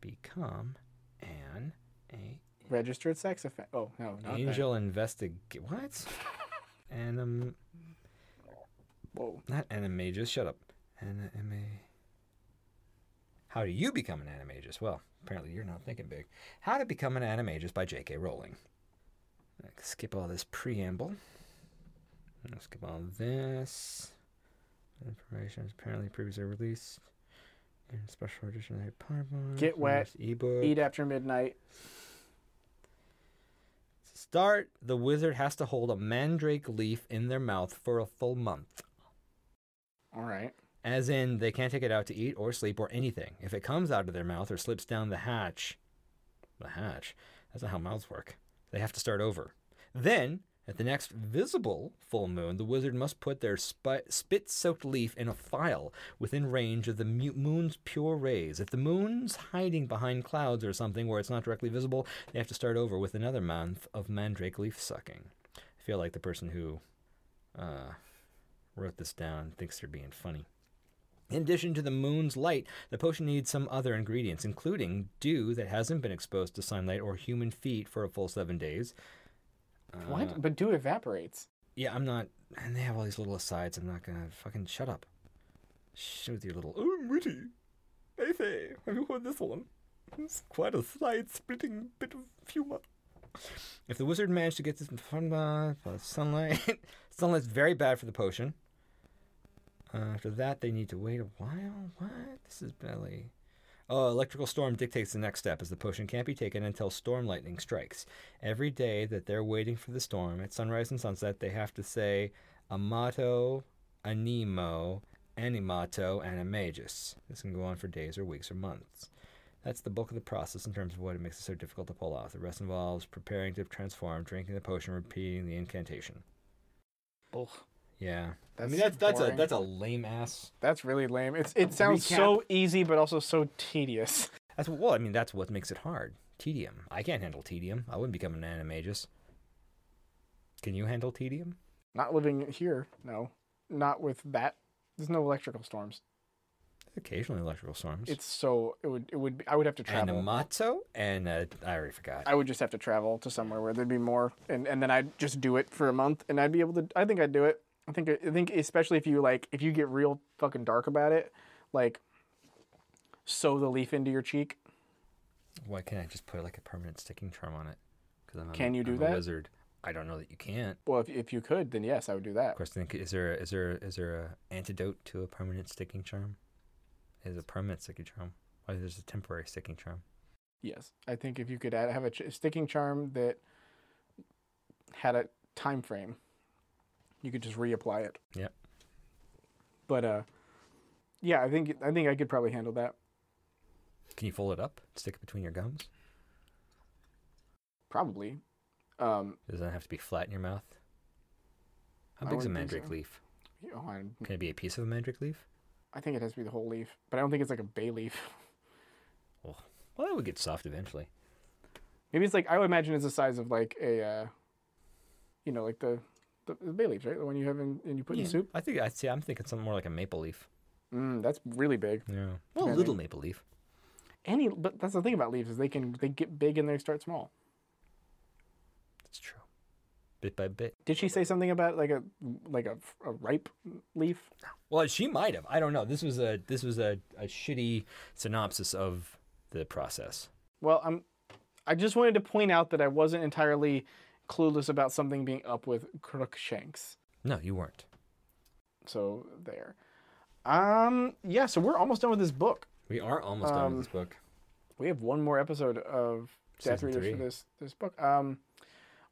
Speaker 2: become an a
Speaker 1: Registered sex offender. Oh no, not that.
Speaker 2: angel investig what? um, Anim
Speaker 1: Whoa.
Speaker 2: not animagus. Shut up. Anime. How do you become an animagus? Well, apparently you're not thinking big. How to become an animagus by J.K. Rowling. I can Skip all this preamble. And I'll Skip all this. Information is apparently previously released in special edition of Harry Potter. book,
Speaker 1: Get wet,
Speaker 2: first Ebook.
Speaker 1: Eat after midnight.
Speaker 2: To start, the wizard has to hold a mandrake leaf in their mouth for a full month.
Speaker 1: All right.
Speaker 2: As in, they can't take it out to eat or sleep or anything. If it comes out of their mouth or slips down the hatch, the hatch, that's not how mouths work. They have to start over. Then, at the next visible full moon, the wizard must put their spi- spit soaked leaf in a file within range of the mu- moon's pure rays. If the moon's hiding behind clouds or something where it's not directly visible, they have to start over with another month of mandrake leaf sucking. I feel like the person who uh, wrote this down thinks they're being funny. In addition to the moon's light, the potion needs some other ingredients, including dew that hasn't been exposed to sunlight or human feet for a full seven days. Uh,
Speaker 1: what? But dew evaporates.
Speaker 2: Yeah, I'm not. And they have all these little asides. I'm not gonna fucking shut up. Shit with your little. Oh, I'm witty. Hey, say, have you heard this one? It's quite a side-splitting bit of humor. If the wizard managed to get this from uh, plus sunlight, sunlight's very bad for the potion. Uh, after that, they need to wait a while. What? This is belly. Oh, electrical storm dictates the next step, as the potion can't be taken until storm lightning strikes. Every day that they're waiting for the storm, at sunrise and sunset, they have to say Amato, Animo, Animato, Animagus. This can go on for days or weeks or months. That's the bulk of the process in terms of what it makes it so difficult to pull off. The rest involves preparing to transform, drinking the potion, repeating the incantation.
Speaker 1: Ugh.
Speaker 2: Yeah,
Speaker 1: That's
Speaker 2: I mean that's that's
Speaker 1: boring.
Speaker 2: a that's a lame ass.
Speaker 1: That's really lame. It's it sounds so easy, but also so tedious.
Speaker 2: That's what, well, I mean, that's what makes it hard. Tedium. I can't handle tedium. I wouldn't become an animagus. Can you handle tedium?
Speaker 1: Not living here. No. Not with that. There's no electrical storms.
Speaker 2: Occasionally electrical storms.
Speaker 1: It's so it would it would be, I would have to travel.
Speaker 2: Animato and uh, I already forgot.
Speaker 1: I would just have to travel to somewhere where there'd be more, and, and then I'd just do it for a month, and I'd be able to. I think I'd do it. I think I think especially if you like if you get real fucking dark about it, like sew the leaf into your cheek.
Speaker 2: Why can't I just put like a permanent sticking charm on it? Because I'm a-
Speaker 1: Can you do
Speaker 2: I'm
Speaker 1: that?
Speaker 2: A wizard. I don't know that you can't.
Speaker 1: Well, if, if you could, then yes, I would do that.
Speaker 2: Of course, then, is there is there is there a antidote to a permanent sticking charm? Is a permanent sticking charm? Why there's a temporary sticking charm?
Speaker 1: Yes, I think if you could add, have a ch- sticking charm that had a time frame, you could just reapply it.
Speaker 2: Yep.
Speaker 1: But uh, yeah, I think I think I could probably handle that.
Speaker 2: Can you fold it up? Stick it between your gums?
Speaker 1: Probably. Um,
Speaker 2: Does that have to be flat in your mouth? How
Speaker 1: I
Speaker 2: big's a
Speaker 1: wouldn't think
Speaker 2: mandrake
Speaker 1: so.
Speaker 2: leaf?
Speaker 1: you know, I,
Speaker 2: Can it be a piece of a mandrake leaf?
Speaker 1: I think it has to be the whole leaf, but I don't think it's like a bay leaf.
Speaker 2: Oh, well, that would get soft eventually.
Speaker 1: Maybe it's like I would imagine it's the size of like a, uh, you know, like the, the the bay leaves, right? The one you have in and you put in soup.
Speaker 2: I think I see. I'm thinking something more like a maple leaf.
Speaker 1: Mm, that's really big.
Speaker 2: Yeah. Well, a
Speaker 1: Yeah,
Speaker 2: little maple leaf.
Speaker 1: Any, but that's the thing about leaves is they can they get big and they start small.
Speaker 2: That's true. Bit by bit.
Speaker 1: Did she say something about like a like a, a ripe leaf?
Speaker 2: Well, she might have. I don't know. This was a this was a, a shitty synopsis of the process.
Speaker 1: Well, I'm. I just wanted to point out that I wasn't entirely clueless about something being up with Crookshanks.
Speaker 2: No, you weren't.
Speaker 1: So there. Um. Yeah. So we're almost done with this book.
Speaker 2: We are almost done
Speaker 1: Um,
Speaker 2: with this book.
Speaker 1: We have one more episode of Death
Speaker 2: Season
Speaker 1: Readers
Speaker 2: three.
Speaker 1: for this this book. Um,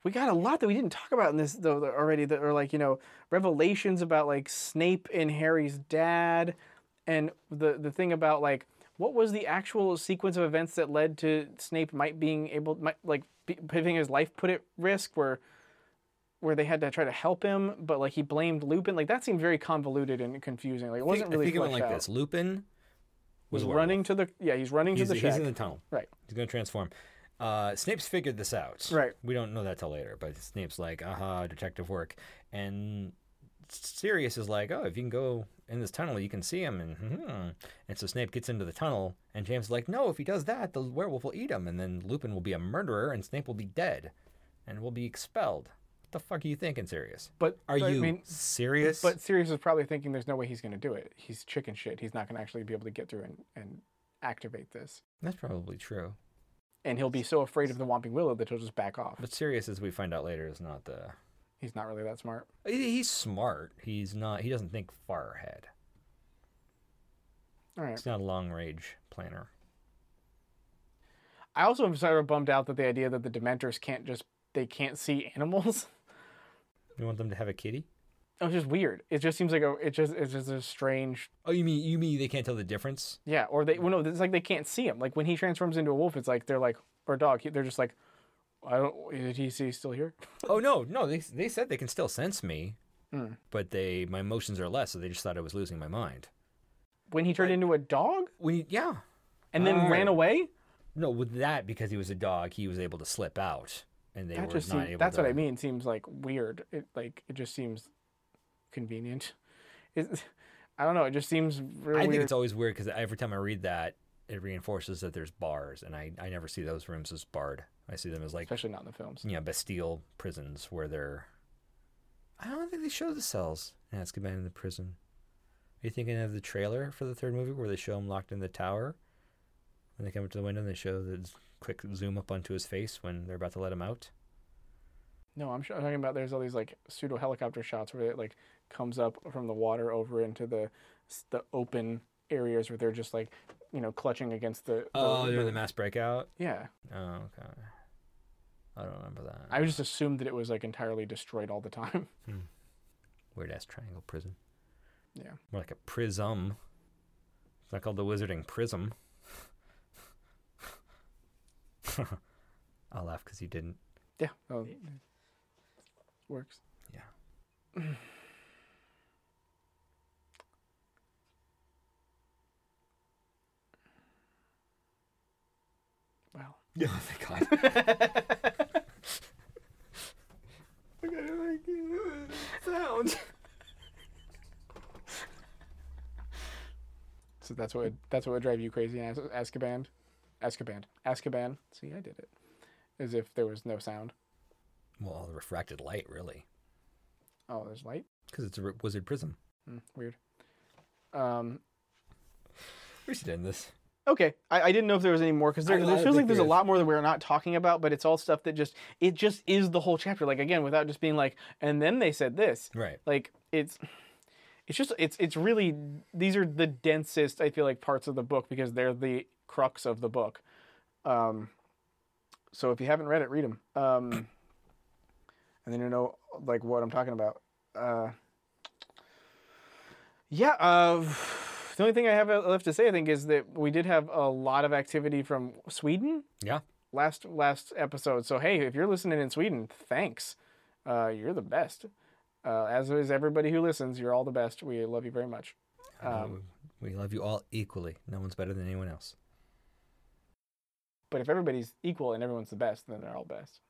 Speaker 1: we got a lot that we didn't talk about in this though that already that are like you know revelations about like Snape and Harry's dad, and the the thing about like what was the actual sequence of events that led to Snape might being able might like be- having his life put at risk where where they had to try to help him but like he blamed Lupin like that seemed very convoluted and confusing like it wasn't
Speaker 2: I
Speaker 1: really
Speaker 2: think it went
Speaker 1: fleshed
Speaker 2: like
Speaker 1: out.
Speaker 2: this. Lupin
Speaker 1: was
Speaker 2: was a werewolf.
Speaker 1: running to the yeah he's running
Speaker 2: He's,
Speaker 1: to the
Speaker 2: he's
Speaker 1: shack
Speaker 2: in the tunnel.
Speaker 1: right
Speaker 2: He's gonna transform. Uh, Snape's figured this out.
Speaker 1: Right.
Speaker 2: We don't know that till later, but Snape's like, "Aha, detective work," and Sirius is like, "Oh, if you can go in this tunnel, you can see him." And hmm. and so Snape gets into the tunnel, and James is like, "No, if he does that, the werewolf will eat him, and then Lupin will be a murderer, and Snape will be dead, and will be expelled." What the fuck are you thinking, Sirius?
Speaker 1: but
Speaker 2: Are
Speaker 1: I
Speaker 2: you
Speaker 1: mean,
Speaker 2: serious?
Speaker 1: But Sirius is probably thinking there's no way he's going to do it. He's chicken shit. He's not going to actually be able to get through and, and activate this.
Speaker 2: That's probably true.
Speaker 1: And he'll be so afraid of the Whomping Willow that he'll just back off.
Speaker 2: But Sirius, as we find out later, is not the.
Speaker 1: He's not really that smart.
Speaker 2: he- He's smart. He's not. He doesn't think far ahead.
Speaker 1: All right.
Speaker 2: It's not a long range planner.
Speaker 1: I also am sort of bummed out that the idea that the Dementors can't just they can't see animals.
Speaker 2: You want them to have a kitty?
Speaker 1: it was just weird. It just seems like a it just it's just a strange
Speaker 2: Oh, you mean you mean they can't tell the difference?
Speaker 1: yeah. Or they well no it's like they can't see him. Like when he transforms into a wolf, it's like they're like or a dog. he- They're just like I don't did he see still here?
Speaker 2: Oh no, no, they they said they can still sense me,
Speaker 1: Hmm.
Speaker 2: but they my emotions are less, so they just thought I was losing my mind.
Speaker 1: When he turned into a dog
Speaker 2: When you, yeah,
Speaker 1: and then
Speaker 2: Ah.
Speaker 1: ran away.
Speaker 2: no, with that because he was a dog, he was able to slip out, and they
Speaker 1: that
Speaker 2: were
Speaker 1: just
Speaker 2: not
Speaker 1: seems,
Speaker 2: able.
Speaker 1: that's
Speaker 2: to,
Speaker 1: what I mean. Seems like weird. It like it just seems convenient. It, I don't know. It just seems really
Speaker 2: I
Speaker 1: weird.
Speaker 2: think it's always weird because every time I read that, it reinforces that there's bars, and I I never see those rooms as barred. I see them as like mm.
Speaker 1: especially not in the films.
Speaker 2: you know Bastille prisons where they're. I don't think they show the cells in Azkaban in the prison. Are you thinking of the trailer for the third movie where they show him locked in the tower? When they come up to the window and they show the z- quick zoom up onto his face when they're about to let him out?
Speaker 1: No, I'm, sure, I'm talking about there's all these like pseudo helicopter shots where it like comes up from the water over into the s- the open areas where they're just like you know clutching against the. the-
Speaker 2: Oh, during the mass breakout?
Speaker 1: yeah.
Speaker 2: Oh, okay. I don't remember that.
Speaker 1: I just assumed that it was like entirely destroyed all the time.
Speaker 2: Weird ass triangle prison.
Speaker 1: Yeah.
Speaker 2: More like a prism. It's not called the Wizarding Prism. I'll laugh because you didn't.
Speaker 1: Yeah. Oh, it works.
Speaker 2: Yeah.
Speaker 1: Well.
Speaker 2: Yeah, thank God.
Speaker 1: sound. so that's what that's what would drive you crazy in Az- Azkaban, Azkaban, Azkaban. See, I did it, as if there was no sound.
Speaker 2: well, all the refracted light, really.
Speaker 1: Oh, there's light.
Speaker 2: Because it's a ri- wizard prism.
Speaker 1: Hmm, weird. Um.
Speaker 2: We should end this.
Speaker 1: Okay, I, I didn't know if there was any more because there,
Speaker 2: I- I
Speaker 1: there
Speaker 2: don't
Speaker 1: feels like
Speaker 2: think
Speaker 1: there's
Speaker 2: there
Speaker 1: a
Speaker 2: is.
Speaker 1: lot more that we're not talking about, but it's all stuff that just it just is the whole chapter. Like again, without just being like, and then they said this.
Speaker 2: Right.
Speaker 1: like it's it's just it's it's really these are the densest i feel like parts of the book because they're the crux of the book um so if you haven't read it read them um and then you know like what i'm talking about uh Yeah. Uh, the only thing I have uh, left to say, I think, is that we did have a lot of activity from Sweden
Speaker 2: Yeah.
Speaker 1: last last episode. So hey, if you're listening in Sweden, thanks. Uh, you're the best. Uh, as is everybody who listens. You're all the best. We love you very much.
Speaker 2: we love you all equally. No one's better than anyone else.
Speaker 1: But if everybody's equal and everyone's the best, then they're all best.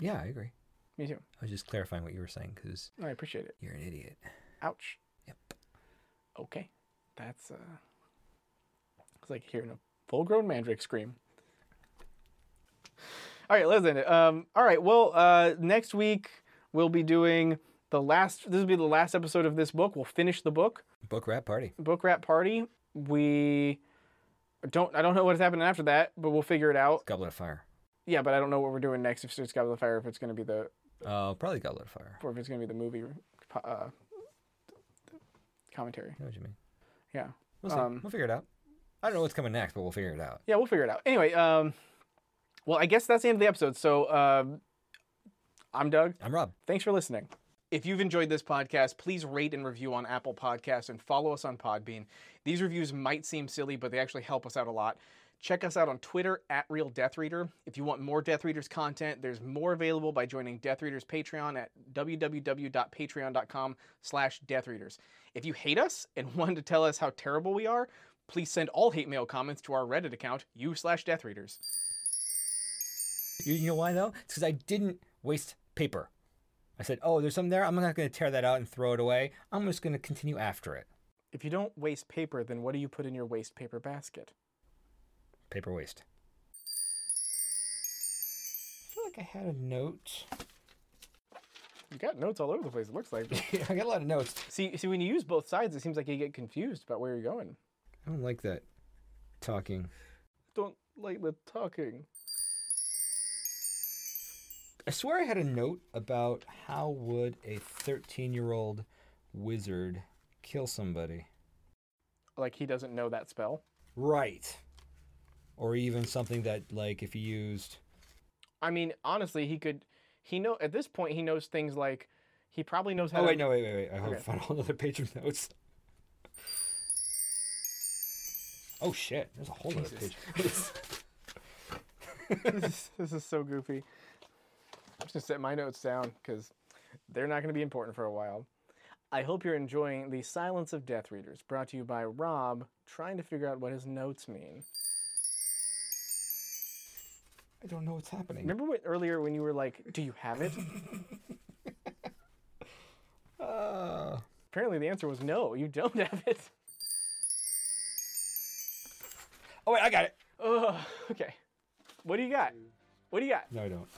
Speaker 2: Yeah, I agree.
Speaker 1: Me too.
Speaker 2: I was just clarifying what you were saying because
Speaker 1: I appreciate it.
Speaker 2: you're an idiot.
Speaker 1: Ouch.
Speaker 2: Yep.
Speaker 1: Okay. That's uh. It's like hearing a full-grown mandrake scream. All right, let's end it. Um, all right. Well, uh, next week we'll be doing the last. This will be the last episode of this book. We'll finish the book.
Speaker 2: Book rap party.
Speaker 1: book wrap party. We don't. I don't know what's happening after that, but we'll figure it out.
Speaker 2: Goblet of Fire.
Speaker 1: Yeah, but I don't know what we're doing next. If it's Goblet of Fire, if it's going to be the,
Speaker 2: Oh, probably Goblet of Fire.
Speaker 1: or if it's going to be the movie uh, commentary.
Speaker 2: I know what you mean.
Speaker 1: Yeah,
Speaker 2: We'll see.
Speaker 1: Um,
Speaker 2: we'll figure it out. I don't know what's coming next, but we'll figure it out.
Speaker 1: yeah, we'll figure it out. Anyway, um, well, I guess that's the end of the episode. So, um I'm Doug.
Speaker 2: I'm Rob.
Speaker 1: Thanks for listening. If you've enjoyed this podcast, please rate and review on Apple Podcasts and follow us on Podbean. These reviews might seem silly, but they actually help us out a lot. Check us out on Twitter at Real Death Reader. If you want more Death Readers content, there's more available by joining Death Readers Patreon at www.patreon.com slash deathreaders. If you hate us and want to tell us how terrible we are, please send all hate mail comments to our Reddit account, u slash deathreaders.
Speaker 2: You, you know why though? It's because I didn't waste paper. I said, oh, there's something there. I'm not going to tear that out and throw it away. I'm just going to continue after it.
Speaker 1: If you don't waste paper, then what do you put in your waste paper basket?
Speaker 2: Paper waste. I feel like I had a note.
Speaker 1: You got notes all over the place, it looks like.
Speaker 2: I got a lot of notes.
Speaker 1: See, see, when you use both sides, it seems like you get confused about where you're going.
Speaker 2: I don't like that talking.
Speaker 1: Don't like the talking.
Speaker 2: I swear I had a note about how would a 13-year-old wizard kill somebody.
Speaker 1: Like he doesn't know that spell.
Speaker 2: Right. Or even something that like if he used
Speaker 1: I mean, honestly, he could. He know at this point he knows things like he probably knows how.
Speaker 2: Oh
Speaker 1: to,
Speaker 2: wait, no, wait, wait, wait. I hope
Speaker 1: Okay.
Speaker 2: I found a whole another page of notes. Oh shit, there's a whole other page.
Speaker 1: this, is, this is so goofy. I'm just gonna set my notes down because they're not gonna be important for a while. I hope you're enjoying the Silence of Death Readers, brought to you by Rob, trying to figure out what his notes mean.
Speaker 2: I don't know what's happening.
Speaker 1: Remember what earlier when you were like, "Do you have it?"
Speaker 2: Uh,
Speaker 1: Apparently, the answer was no. You don't have it.
Speaker 2: oh wait, I got it. Oh,
Speaker 1: Ugh, okay. What do you got? What do you got?
Speaker 2: No, I don't.